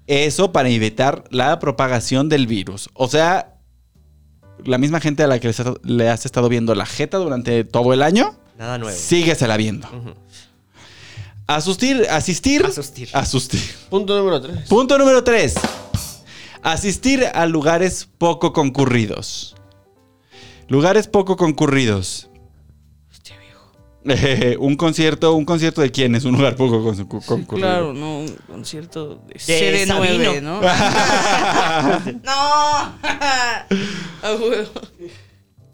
S6: Eso para evitar la propagación del virus. O sea, la misma gente a la que les ha- le has estado viendo la jeta durante todo el año,
S7: Nada nuevo.
S6: síguesela viendo. Asustir, asistir.
S7: Asustir.
S6: Asustir.
S9: Punto número 3.
S6: Punto número 3. Asistir a lugares poco concurridos. Lugares poco concurridos. Eh, un concierto, un concierto de quién es un lugar poco con- con- concurrido.
S8: Claro, no, un concierto de,
S7: De Sabino.
S8: CD9, [LAUGHS] ¿no? ¡No! [LAUGHS] Ah, huevo.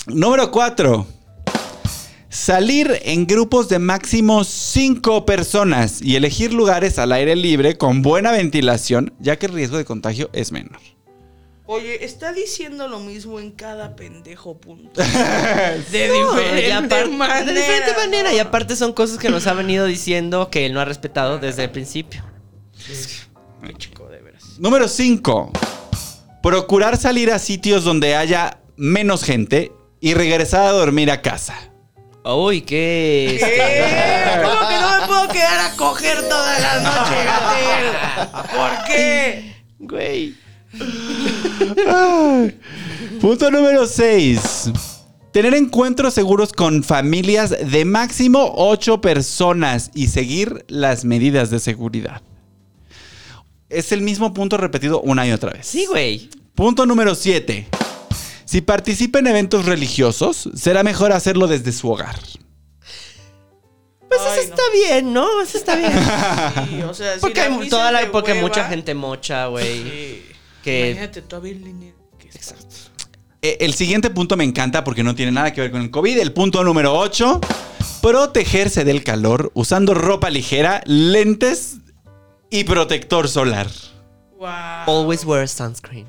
S6: Número 4. Salir en grupos de máximo 5 personas y elegir lugares al aire libre con buena ventilación, ya que el riesgo de contagio es menor.
S8: Oye, está diciendo lo mismo en cada pendejo punto.
S6: [LAUGHS]
S8: De diferente
S7: Y aparte-
S8: manera.
S7: de diferente manera.
S8: ¿no?
S7: Y aparte son cosas que nos ha venido diciendo que él no ha respetado desde el principio.
S8: Qué chico, de veras.
S6: Número 5. Procurar salir a sitios donde haya menos gente y regresar a dormir a casa.
S7: Uy, qué.
S8: ¿Qué? Eh, ¿Cómo que no me puedo quedar a coger toda la noche, Gatel? ¿Por qué?
S7: Güey.
S6: Punto número 6. Tener encuentros seguros con familias de máximo 8 personas y seguir las medidas de seguridad. Es el mismo punto repetido una y otra vez.
S7: Sí, güey.
S6: Punto número 7. Si participa en eventos religiosos, será mejor hacerlo desde su hogar.
S7: Pues
S8: Ay,
S7: eso
S8: no.
S7: está bien, ¿no? Eso está bien. [LAUGHS]
S8: Sí, o sea, si
S7: Porque
S8: la
S7: hay
S8: misa
S7: toda
S8: es
S7: la
S8: de
S7: época
S8: hueva,
S7: mucha gente mocha, güey.
S8: sí.
S7: Que
S8: Imagínate todavía en línea. Exacto.
S6: Eh, El siguiente punto me encanta porque no tiene nada que ver con el COVID. El punto número 8, protegerse del calor usando ropa ligera, lentes y protector solar.
S8: Wow.
S7: always wear sunscreen.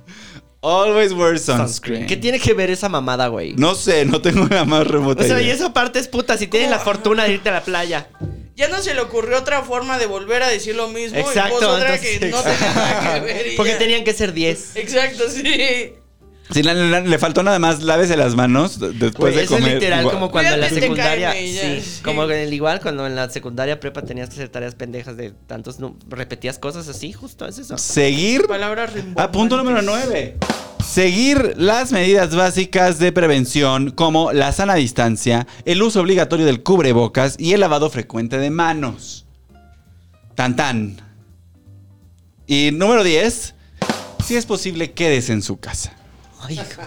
S6: Always wear sunscreen.
S7: ¿Qué tiene que ver esa mamada, güey?
S6: No sé, no tengo la más remota
S7: O sea, y
S6: idea.
S7: esa parte es puta, si tienes la fortuna de irte a la playa.
S8: Ya no se le ocurrió otra forma de volver a decir lo mismo.
S7: Exacto,
S8: Y vos otra
S7: entonces-
S8: que no tenía nada que ver. y
S7: Porque
S8: ya.
S7: tenían que ser 10.
S8: Exacto, sí.
S6: Sí, la- la- le faltó nada más lávese las manos d- después
S7: Güey,
S6: Pues de
S7: eso es
S6: comer.
S7: literal
S6: Guau.
S7: como cuando en la
S8: Cuídate, te
S7: secundaria.
S8: cae, güey, ya,
S7: sí,
S8: sí.
S7: como en el igual cuando en la secundaria prepa tenías que hacer tareas pendejas de tantos. nu- repetías cosas así, justo es eso.
S6: Seguir.
S8: Palabras rimbombantes.
S6: Ah, punto número 9. Seguir las medidas básicas de prevención como la sana distancia, el uso obligatorio del cubrebocas y el lavado frecuente de manos. Tan tan. Y número 10. Si es posible, quédese en su casa.
S7: Ay, hijo.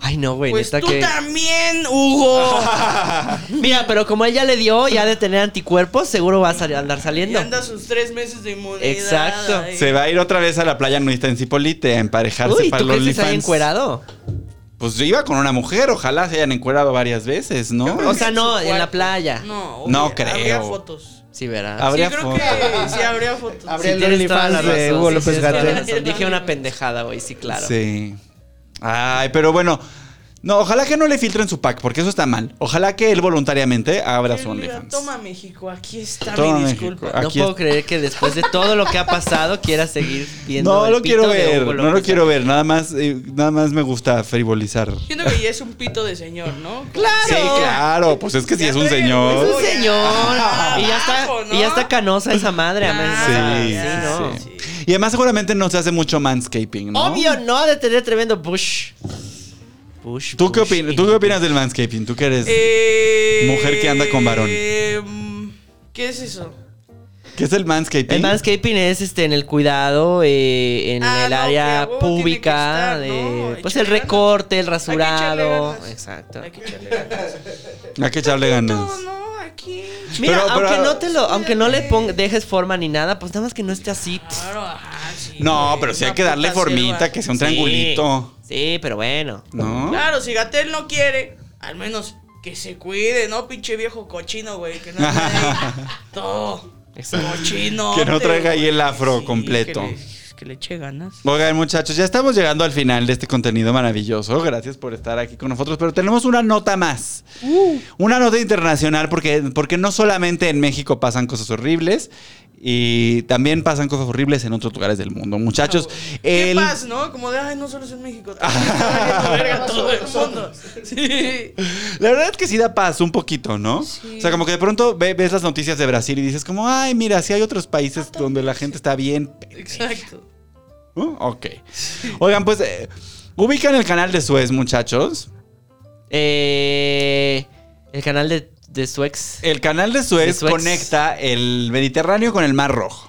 S7: Ay, no, güey,
S8: Pues
S7: neta
S8: tú
S7: que.
S8: también,
S7: [LAUGHS]
S8: Hugo.
S7: Mira, pero como él ya le dio, ya de tener anticuerpos, seguro va a sal- andar
S8: Y
S7: saliendo.
S8: anda sus tres meses de inmunidad.
S7: Exacto.
S8: ahí.
S6: Se va a ir otra vez a la playa nudista en Cipolite a emparejarse
S7: Uy,
S6: para
S7: ¿tú
S6: los
S7: crees que se haya
S6: OnlyFans.
S7: encuerado?
S6: Pues yo iba con una mujer, ojalá se hayan encuerado varias veces, ¿no?
S7: O sea, no,
S8: su
S7: en la
S8: cuarto.
S7: playa.
S8: No,
S6: No
S8: obvio,
S6: creo.
S8: Habría fotos.
S7: Sí, verás.
S6: A ver, Habría
S8: sí, creo
S6: fotos.
S8: que sí habría fotos.
S9: Habría
S7: Sí,
S9: el
S7: tienes toda la
S9: OnlyFans de
S7: razón,
S9: Hugo
S7: sí,
S9: López
S7: tienes toda la
S9: Gatel.
S7: razón. Dije una pendejada, güey, sí, claro.
S6: Sí. Ay, pero bueno. No, ojalá que no le filtren su pack, porque eso está mal. Ojalá que él voluntariamente abra
S8: Sí,
S6: su
S8: mira,
S6: OnlyFans.
S8: Toma México, aquí está
S6: Toma,
S8: mi
S6: México. Ah.
S8: disculpa.
S7: No
S6: Aquí
S7: puedo
S6: es-
S7: creer que después de todo lo que ha pasado quiera seguir viendo.
S6: No
S7: el
S6: lo
S7: pito
S6: quiero
S7: de
S6: ver,
S7: Hugo
S6: no lo
S7: López
S6: quiero
S7: Gatel.
S6: ver. Nada más, eh, nada más me gusta frivolizar.
S8: Siento que ya es un pito de señor,
S6: [LAUGHS]
S8: ¿no?
S6: Sí, claro. Pues es que si
S8: Ya
S6: es un
S8: estoy-
S7: Es
S6: señor.
S7: un señor.
S8: Ah,
S7: y, ya está,
S8: abajo, ¿no?
S7: y ya está canosa esa madre. a menos-
S8: Ah,
S6: Sí,
S8: ya,
S7: no.
S8: sí.
S6: Y además seguramente no se hace mucho manscaping, ¿no?
S7: Obvio, no ha de tener tremendo bush. Bush.
S6: ¿Tú qué,
S7: bush.
S6: opinas, ¿Tú qué opinas del manscaping? ¿Tú qué eres?
S8: Eh,
S6: Mujer que anda con varón.
S8: em, ¿Qué es eso?
S6: ¿Qué es el manscaping?
S7: El manscaping es este en el cuidado, eh, en
S8: Ah,
S7: el
S8: no,
S7: área
S8: que a huevo tiene que
S7: pública,
S8: estar,
S7: de,
S8: ¿no?
S7: pues el
S8: Échale ganas.
S7: recorte, el
S8: Hay que echarle
S7: rasurado.
S8: ganas.
S7: Exacto.
S8: Hay que echarle ganas.
S6: Hay que echarle ganas.
S8: No, no, aquí.
S7: Mira,
S6: Pero- pero-
S7: aunque no te lo, aunque no le pong- dejes forma ni nada, pues nada más que no esté así.
S8: Claro, ajá, sí,
S6: No,
S8: güey,
S6: pero sí
S8: una
S6: hay que darle
S8: puta
S6: formita,
S8: selva.
S6: que sea un
S7: Sí.
S6: triangulito.
S7: Sí, pero bueno.
S6: ¿No?
S8: Claro, si Gatel no quiere, al menos que se cuide, ¿no? Pinche viejo cochino, güey. Que no ande
S6: [LAUGHS]
S8: ahí todo cochino.
S6: Que no traiga ahí el afro completo.
S8: Que, le- que le eche ganas.
S6: Oigan, muchachos, ya estamos llegando al final de este contenido maravilloso. Gracias por estar aquí con nosotros. Pero tenemos una nota más.
S8: Uh.
S6: Una nota internacional, porque, porque no solamente en México pasan cosas horribles, y también pasan cosas horribles en otros lugares del mundo. Muchachos,
S8: ¿Qué
S6: el-
S8: paz, no? Como de, ay, no solo es
S6: [LAUGHS]
S8: en México. también está valiendo verga todo el mundo. Sí.
S6: La verdad es que sí da paz un poquito, ¿no?
S8: Sí.
S6: O sea, como que de pronto ve- ves las noticias de Brasil y dices como, ay, mira, sí hay otros
S8: Ah,
S6: países donde la gente está bien.
S8: Exacto.
S6: ¿No? Ok. Oigan, pues, eh, ubican el canal de Suez, muchachos.
S7: Eh, el canal de, de
S6: [LAUGHS]
S7: su ex.
S6: El canal de Suez,
S7: De Suez.
S6: conecta el Mediterráneo con el Mar Rojo.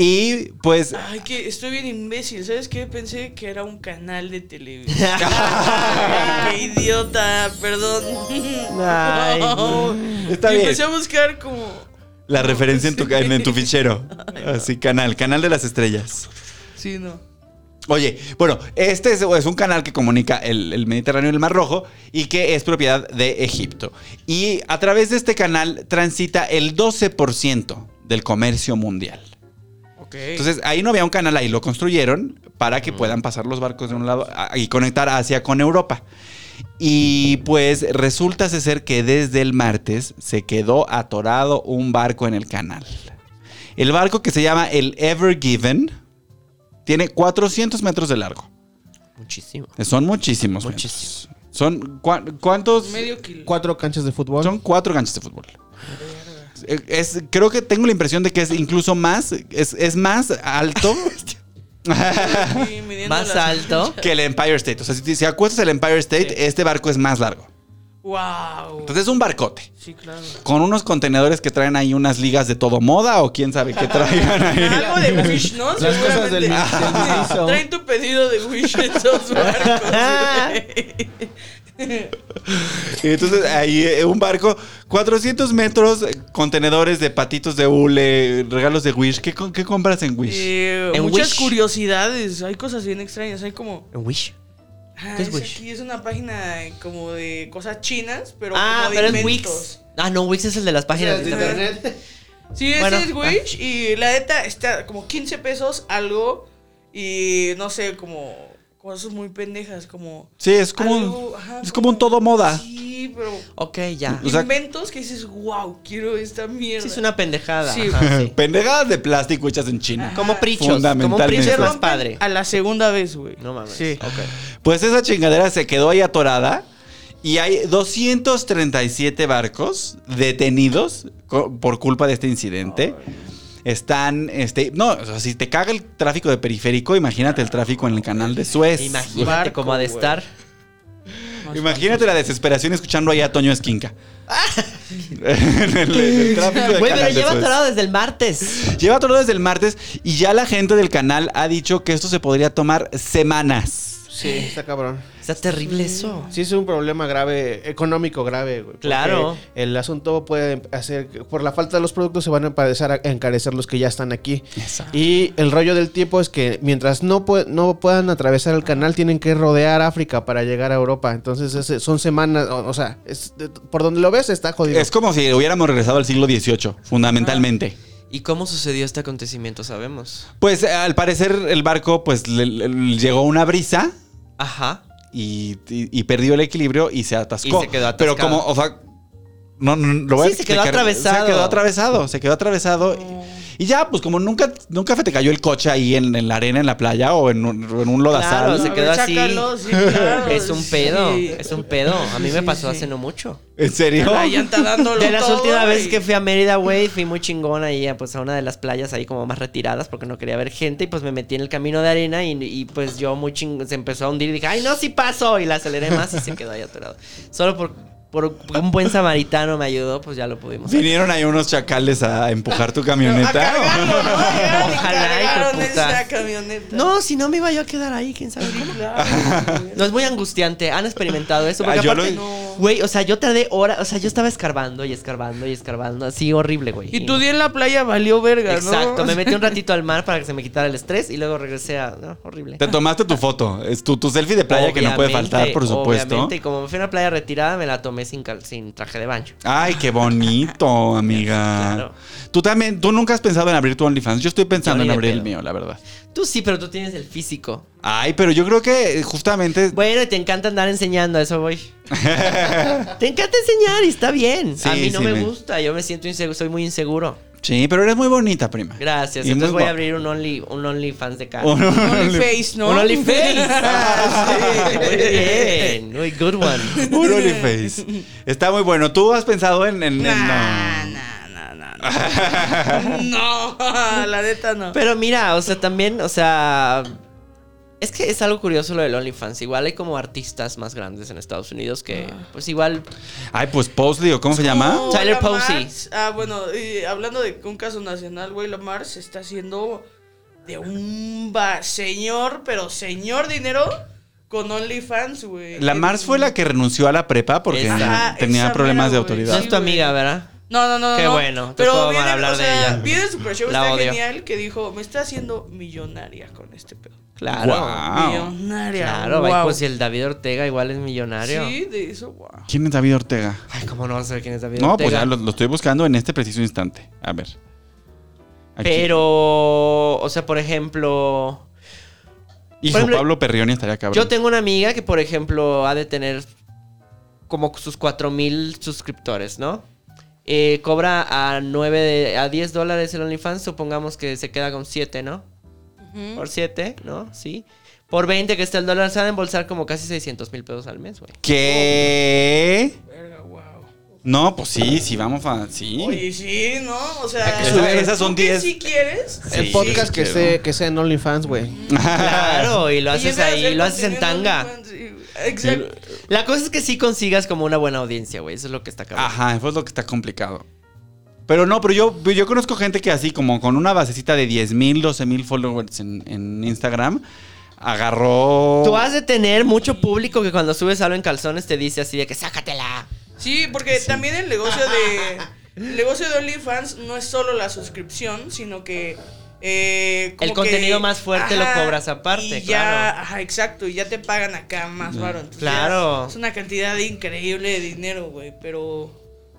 S6: Y pues...
S8: Ay, que estoy bien imbécil. ¿Sabes qué? Pensé que era un canal
S6: [LAUGHS]
S8: de televisión. Ay, ¡Qué idiota! Perdón.
S7: Ay.
S8: [LAUGHS] No.
S6: Está
S8: Y
S6: bien.
S8: Empecé a buscar como.
S6: La referencia en tu,
S8: Sí.
S6: en, en tu fichero. Así, canal, canal de las estrellas.
S8: Sí, no.
S6: Oye, bueno, este es, es un canal que comunica el, el Mediterráneo y el Mar Rojo y que es propiedad de Egipto. Y a través de este canal transita el 12% del comercio mundial.
S8: Ok.
S6: Entonces, ahí no había un canal, ahí lo construyeron para que puedan pasar los barcos de un lado a- y conectar Asia con Europa. Y pues resulta ser que desde el martes se quedó atorado un barco en el canal. El barco que se llama el Ever Given tiene 400 metros de largo.
S7: Muchísimo.
S6: Son muchísimos.
S7: Muchísimo.
S6: Muchísimos. Son cua- cuántos
S8: Medio kilo.
S9: Cuatro canchas de fútbol.
S6: son cuatro ganchos de fútbol. Es, creo que tengo la impresión de que es incluso más, es, es más alto
S8: Sí, midiendo
S7: Más
S8: las- [LAUGHS]
S7: alto.
S6: que el Empire State. O sea, si, si acuestas el Empire State, este barco es más largo.
S8: ¡Wow!
S6: Entonces es un barcote.
S8: Sí, claro.
S6: Con unos contenedores que traen ahí unas ligas de todo moda o quién sabe qué traigan
S8: [LAUGHS]
S6: ahí.
S8: Algo de Wish, ¿no?
S9: Las cosas del-
S8: Seguramente.
S9: del guiso.
S8: Traen tu pedido de Wish en esos barcos. güey.
S6: Y entonces ahí eh, un barco, 400 metros, eh, contenedores de patitos de hule, regalos de Wish. ¿Qué, co- qué compras en Wish?
S8: Eh,
S7: En
S8: muchas
S7: Wish.
S8: curiosidades. Hay cosas bien extrañas. Hay como.
S7: En Wish.
S8: Ah,
S7: ¿Qué es
S8: es
S7: Wish?
S8: aquí es una página como de cosas chinas, pero.
S7: Ah,
S8: como de
S7: pero es Wix.
S8: inventos.
S7: Ah, no, Wix es el de las páginas
S8: Es
S7: de
S8: el de
S7: internet.
S8: Sí, ese
S7: Bueno, ah.
S8: es Wish. Y la neta está como 15 pesos algo. Y no sé, como. Cosas muy pendejas. Como.
S6: Sí, es como,
S8: algo,
S6: un,
S8: ajá,
S6: es como un todo moda.
S8: Sí, pero.
S7: Ok, ya.
S6: O sea-
S8: inventos que dices, wow, quiero esta mierda.
S7: Sí, es una pendejada.
S8: Sí.
S6: [LAUGHS]
S7: Ajá, sí.
S6: Pendejadas de plástico hechas en China.
S7: Como prichos. Como un
S6: Fundamentalmente.
S7: pricho es
S6: Se
S7: más
S6: rompen
S7: padre.
S8: A la segunda vez, güey.
S7: No mames.
S8: Sí.
S7: Ok.
S6: Pues esa chingadera se quedó ahí atorada y hay 237 barcos detenidos co- por culpa de este incidente. Están, este, no, o sea, si te caga el tráfico de periférico, imagínate el tráfico en el canal de Suez.
S7: Imagínate
S8: Barco,
S7: cómo ha de
S8: güey.
S7: estar.
S6: Imagínate la desesperación escuchando allá a Toño Esquinca. en el, en
S7: [LAUGHS]
S6: el tráfico del canal de
S7: Güey, pero
S6: pues.
S7: lleva
S6: Suez.
S7: atorado desde el martes.
S6: Lleva atorado desde el martes y ya la gente del canal ha dicho que esto se podría tomar semanas.
S9: Sí, está cabrón.
S7: Está terrible eso.
S9: Sí, es un problema grave, económico grave, güey. porque
S7: Claro.
S9: El asunto puede hacer. que Por la falta de los productos se van a empezar a encarecer los que ya están aquí. Y el rollo del tiempo es que mientras no, pue- no puedan atravesar el canal, tienen que rodear África para llegar a Europa. Entonces ese- son semanas. O, o sea, es- de- por donde lo ves está jodido.
S6: Es como si hubiéramos regresado al siglo XVIII, fundamentalmente.
S7: ¿Y cómo sucedió este acontecimiento? Sabemos.
S6: Pues eh, al parecer el barco pues le- le- llegó una brisa
S7: Ajá.
S6: y, y- y perdió el equilibrio y se atascó.
S7: Y se quedó
S6: Pero
S7: atascado.
S6: como, o sea, no, no, lo voy a
S7: Sí, se quedó
S6: explicar.
S7: atravesado.
S6: Se quedó atravesado, se quedó atravesado. Y ya, pues como nunca, nunca se te cayó el coche ahí en, en la arena, en la playa o en un, en un lodazal.
S7: Claro, se
S8: A
S7: quedó
S8: ver,
S7: así.
S8: chácalo, sí, claro,
S7: Es un
S8: Oh, sí.
S7: pedo. Es un pedo. A mí
S8: Sí,
S7: me
S8: sí,
S7: pasó
S8: sí.
S7: hace no mucho.
S6: ¿En serio?
S8: La llanta dándolo
S7: De las
S8: todo,
S7: últimas veces
S8: y-
S7: que fui a Mérida, güey, fui muy chingona y pues a una de las playas ahí como más retiradas porque no quería ver gente y pues me metí en el camino de arena y, y, pues yo muy chingón, se empezó a hundir y dije, ay no, sí paso y la aceleré más y se quedó ahí atorado. Solo por, por un buen samaritano me ayudó, pues ya lo pudimos.
S6: Vinieron ahí unos chacales a empujar tu
S7: [LAUGHS]
S6: camioneta. [LAUGHS]
S8: A cargarlo, ¿no? Llegaron y
S7: Ojalá, hijo de
S8: cargaron
S7: puta.
S8: esa camioneta.
S7: No, si no me iba yo a quedar ahí, quién sabe cómo.
S8: Claro.
S7: No es muy angustiante, han experimentado eso
S6: Ah,
S7: porque
S6: yo
S7: aparte
S6: lo-
S7: [LAUGHS] Güey, o sea, yo tardé horas, o sea, yo estaba escarbando y escarbando y escarbando, así horrible, güey.
S8: Y tu día en la playa valió verga, ¿no?
S7: Exacto, me metí un ratito al mar para que se me quitara el estrés y luego regresé a... no, horrible.
S6: Te tomaste tu foto, es tu, tu selfie de playa que no puede
S7: Obviamente,
S6: faltar, por supuesto.
S7: Obviamente, y como me fui a una playa retirada, me la tomé sin, cal- sin traje de baño.
S6: Ay, qué
S7: [LAUGHS]
S6: bonito, amiga.
S7: Claro.
S6: Tú también, tú nunca has pensado en abrir tu OnlyFans. Yo estoy pensando
S7: Yo
S6: en
S7: ni de
S6: abrir el
S7: pedo.
S6: mío, la verdad.
S7: Tú sí, pero tú tienes el físico.
S6: Ay, pero yo creo que eh, justamente
S7: Bueno, y te encanta andar enseñando, a eso
S6: [LAUGHS]
S7: voy. te encanta enseñar y está bien.
S6: Sí,
S7: a mí no
S6: sí,
S7: me
S6: me-
S7: gusta, yo me siento inseguro, soy muy inseguro.
S6: Sí, pero eres muy bonita, prima.
S7: Gracias.
S6: Y
S7: Entonces
S6: muy
S7: voy
S6: [LAUGHS]
S7: a
S6: guapa.
S7: abrir un Only, un OnlyFans de cara.
S6: Un [LAUGHS]
S8: Un
S6: Only-
S8: OnlyFace, ¿no?
S7: Un
S8: [LAUGHS]
S7: OnlyFans.
S6: [LAUGHS]
S7: Ah, sí, muy bien. Muy good one.
S6: un OnlyFace. Está muy bueno. ¿Tú has pensado en...? en- um, en-
S8: Nah,
S6: no?
S8: nah, nah, nah, nah. [LAUGHS] No, [LAUGHS] la neta no.
S7: Pero mira, o sea, también, o sea. Es que es algo curioso lo del OnlyFans. Igual hay como artistas más grandes en Estados Unidos que,
S8: Ah.
S7: pues igual.
S6: Ay, pues Posley, ¿o cómo se llama?
S8: Oh,
S7: Tyler
S8: la
S7: Posey.
S8: Mars, ah, bueno, y hablando de un caso nacional, güey, Lamar se está haciendo de un ba- señor, pero señor dinero con OnlyFans, güey.
S6: La Mars fue la que renunció a la prepa porque
S7: Esa.
S6: tenía
S8: Esa
S6: problemas de
S8: mera, güey.
S7: No
S6: autoridad.
S7: es tu
S8: güey.
S7: amiga, ¿verdad?
S8: No, no, no.
S7: Qué
S8: no.
S7: bueno, te puedo
S8: viene,
S7: hablar
S8: o
S7: de
S8: sea,
S7: ella.
S8: Viene el Super Show,
S7: La
S8: está
S7: odio.
S8: genial, que dijo, me está haciendo millonaria con este pedo.
S7: Claro.
S6: Guau.
S8: Millonaria.
S7: Claro,
S8: ah, guau.
S7: pues y el David Ortega igual es millonario.
S8: Sí, de eso, wow.
S6: ¿Quién es David Ortega?
S7: Ay, ¿cómo no vas a saber quién es David
S6: No, pues
S7: Ortega?
S6: ya lo, lo estoy buscando en este preciso instante. A ver. Aquí.
S7: Pero, o sea, por ejemplo,
S6: Hijo,
S7: por ejemplo,
S6: Pablo Perrioni estaría cabrón.
S7: yo tengo una amiga que, por ejemplo, ha de tener como sus 4000 suscriptores, ¿no? Eh, cobra a 9, de- a 10 dólares el OnlyFans, supongamos que se queda con 7, ¿no? Por 7, ¿no? Sí. Por 20 que está el dólar, se va a embolsar como casi 600 mil pesos
S6: [LAUGHS]
S7: al mes, güey.
S6: ¿Qué? No, pues sí, sí, vamos a... Sí.
S8: Oye, sí, ¿no? O sea,
S6: que subir, esas son
S8: ¿tú que
S6: 10.
S8: Si quieres,
S6: Sí,
S9: El podcast
S6: sí,
S9: que,
S6: quiero.
S9: sea, que sea en OnlyFans, güey.
S7: Claro, y lo
S8: Y
S7: haces
S8: entras
S7: ahí,
S8: el
S7: lo haces en
S8: contenido
S7: tanga.
S8: OnlyFans, sí, Exacto.
S7: La cosa es que sí consigas como una buena audiencia, güey. Eso es lo que está cabrón.
S6: Ajá, eso es lo que está complicado. Pero no, pero yo, yo conozco gente que así, como con una basecita de 10 mil, 12 mil followers en, en Instagram, agarró...
S7: Tú has de tener mucho público que cuando subes algo en calzones te dice así de que sácatela.
S8: Sí, porque también el negocio
S7: [LAUGHS]
S8: de el negocio de OnlyFans no es solo la suscripción, sino que eh, como
S7: El
S8: que-
S7: contenido más fuerte lo cobras aparte,
S8: y ya,
S7: claro.
S8: Ajá, exacto, y ya te pagan acá más varo. entonces
S7: Claro.
S8: ya Es una cantidad increíble de dinero, güey, pero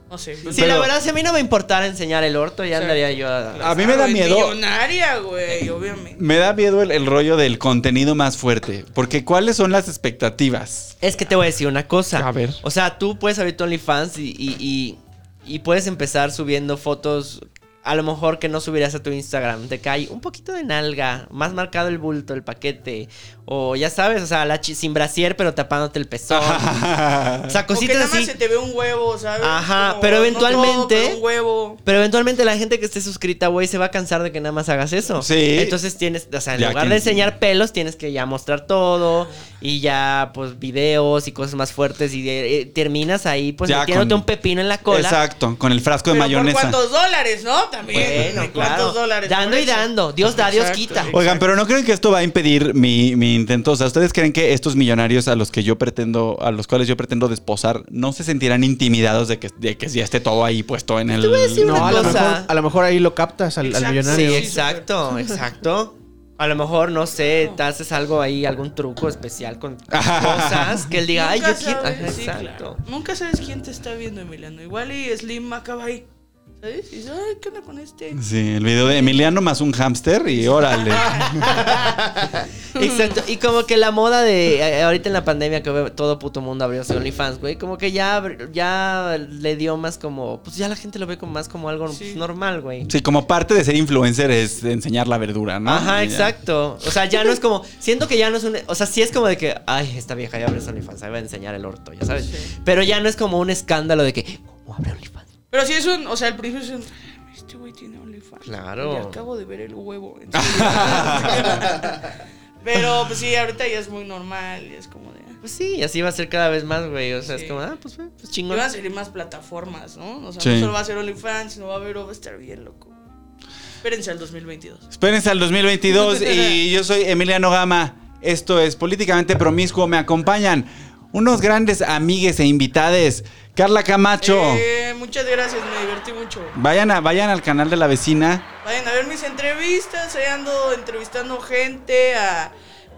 S8: no sé. pues,
S7: Si la verdad, si a mí no me importara enseñar el orto, ya andaría yo a...
S6: A mí me da
S8: es
S6: miedo.
S8: Millonaria, güey, obviamente.
S6: Me da miedo el, el rollo del contenido más fuerte, porque ¿cuáles son las expectativas?
S7: Es que te voy a decir una cosa.
S6: A ver.
S7: O sea, tú puedes abrir tu OnlyFans y, y- y- y puedes empezar subiendo fotos... A lo mejor que no subirás a tu Instagram, te cae un poquito de nalga, más marcado el bulto, el paquete, o ya sabes, o sea, la chi- sin brasier pero tapándote el pezón. o sea,
S8: Porque nada
S7: cositas
S8: más
S7: así.
S8: se te ve un huevo, ¿sabes?
S7: Ajá, pero
S8: no
S7: eventualmente-
S8: todo, pero un huevo.
S7: Pero eventualmente la gente que esté suscrita, güey, se va a cansar de que nada más hagas eso.
S6: Sí.
S7: Entonces tienes, o sea, en
S6: Ya
S7: lugar
S6: que-
S7: de enseñar pelos, tienes que ya mostrar todo y ya, pues, videos y cosas más fuertes y eh, terminas ahí, pues,
S6: Ya
S7: metiéndote
S6: con-
S7: un pepino en la
S6: [LAUGHS]
S7: cola.
S6: Exacto, con el frasco de
S8: Pero
S6: mayonesa.
S8: ¿Por cuántos dólares, no? También.
S7: Bueno,
S8: ¿Cuántos
S7: claro.
S8: dólares?
S7: Dando
S8: por
S7: y
S8: eso?
S7: dando. Dios da, Dios
S8: Exacto,
S7: quita.
S8: exacto.
S6: Oigan, pero ¿no creen que esto va a impedir mi, mi intento? O sea, ¿ustedes creen que estos millonarios a los que yo pretendo, a los cuales yo pretendo desposar, no se sentirán intimidados de que, de que ya esté todo ahí puesto en el.
S7: voy a decir
S9: No,
S7: Una
S9: a lo, mejor,
S7: cosa.
S9: a lo mejor ahí lo captas al, al
S8: Exacto.
S7: Sí,
S9: millonario.
S7: exacto, exacto. A lo mejor, no sé, te haces algo ahí, algún truco
S6: [LAUGHS]
S7: especial con cosas que él diga, ay, yo
S8: Nunca
S7: quiero.
S8: sabes,
S7: Ajá,
S8: sí,
S7: Exacto.
S8: claro. Nunca sabes quién te está viendo, Emiliano. Igual y Slim Macabay. ¿Sabes? Y dices, ay, ¿qué onda
S7: [LAUGHS]
S8: con este?
S6: Sí, el video de Emiliano más un hámster y órale.
S7: Exacto, y como que la moda de eh, ahorita en la pandemia que ve- todo puto mundo abrió su OnlyFans, güey, como que ya, abr- ya le dio más como, pues ya la gente lo ve como más como algo pues,
S8: Sí.
S7: normal, güey.
S6: Sí, como parte de ser influencer es enseñar la verdura, ¿no?
S7: Ajá,
S6: Y ya.
S7: exacto. O sea, ya no es como, siento que ya no es un, o sea, sí es como de que, ay, esta vieja ya abre su OnlyFans, ahí va a enseñar el orto, ya sabes. Pero ya no es como un escándalo de que, ¿cómo abre OnlyFans?
S8: Pero sí es un, o sea, el principio es un. "Ah, Este güey tiene OnlyFans.
S7: Claro.
S8: Y acabo de ver el huevo. en serio".
S7: [LAUGHS]
S8: Pero pues sí, ahorita ya es muy normal. Y es como de. ah.
S7: Pues sí, y así va a ser cada vez más, güey. O sea,
S8: Sí.
S7: es como, ah, pues, güey, pues
S8: Y
S7: chingón.
S8: van a salir más plataformas, ¿no? O sea,
S6: Sí.
S8: no solo va a ser OnlyFans, sino va a haber, va a estar bien loco. Espérense al 2022.
S6: Espérense al 2022 y yo soy Emiliano Gama. Esto es Políticamente Promiscuo. Me acompañan unos grandes amigues e invitades. Carla Camacho,
S8: Eh, muchas gracias, me divertí mucho.
S6: vayan, a, vayan al canal de la vecina.
S8: Vayan a ver mis entrevistas, ahí ando entrevistando gente a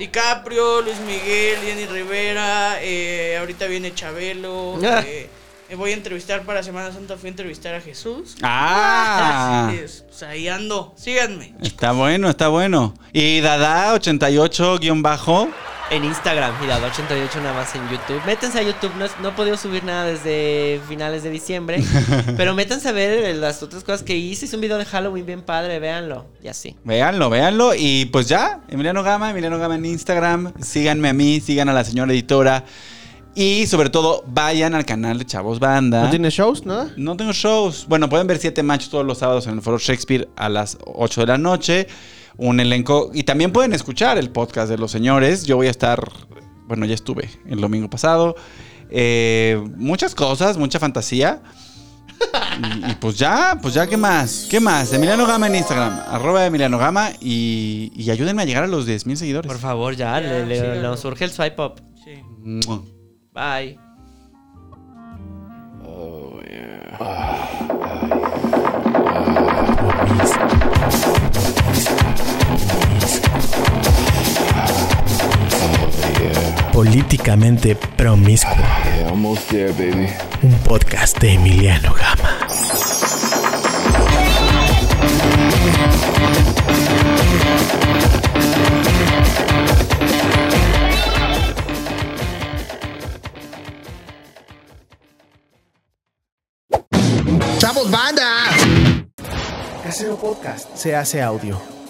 S8: DiCaprio, Luis Miguel, Jenny Rivera, eh, ahorita viene Chabelo.
S7: Ah.
S8: eh, me voy a entrevistar para Semana Santa, fui a entrevistar a Jesús.
S6: [LAUGHS] Ah,
S8: Así es, pues ahí ando, síganme.
S6: está bueno, está bueno. Y Dada 88 guión bajo.
S7: En Instagram, mirad, 88 nada más en YouTube. Métanse a YouTube, no, es- no he podido subir nada desde finales de diciembre. pero métanse a ver eh, las otras cosas que hice. Hice un video de Halloween bien padre, véanlo. Y así.
S6: Véanlo, véanlo. Y pues ya, Emiliano Gama, Emiliano Gama en Instagram. Síganme a mí, sigan a la señora editora. Y sobre todo, vayan al canal de Chavos Banda.
S9: ¿No tienes shows, nada?
S6: No tengo shows. Bueno, pueden ver siete matches todos los sábados en el Foro Shakespeare a las 8 de la noche. Un elenco. Y también pueden escuchar el podcast de los señores. Yo voy a estar. Bueno, ya estuve el domingo pasado. Eh, muchas cosas, mucha fantasía. Y, y pues ya, pues ya, ¿qué más? ¿Qué más? Emiliano Gama en Instagram, arroba Emiliano Gama y, y ayúdenme a llegar a los 10.000 mil seguidores.
S7: Por favor, ya, le, le-
S8: síganlo.
S7: nos surge el swipe up.
S8: Sí.
S6: Mua.
S7: Bye.
S4: Políticamente promiscuo.
S5: Yeah, almost there, baby.
S4: Un podcast de Emiliano Gama.
S3: ¡Chavos, banda!
S4: Casero Podcast se hace audio.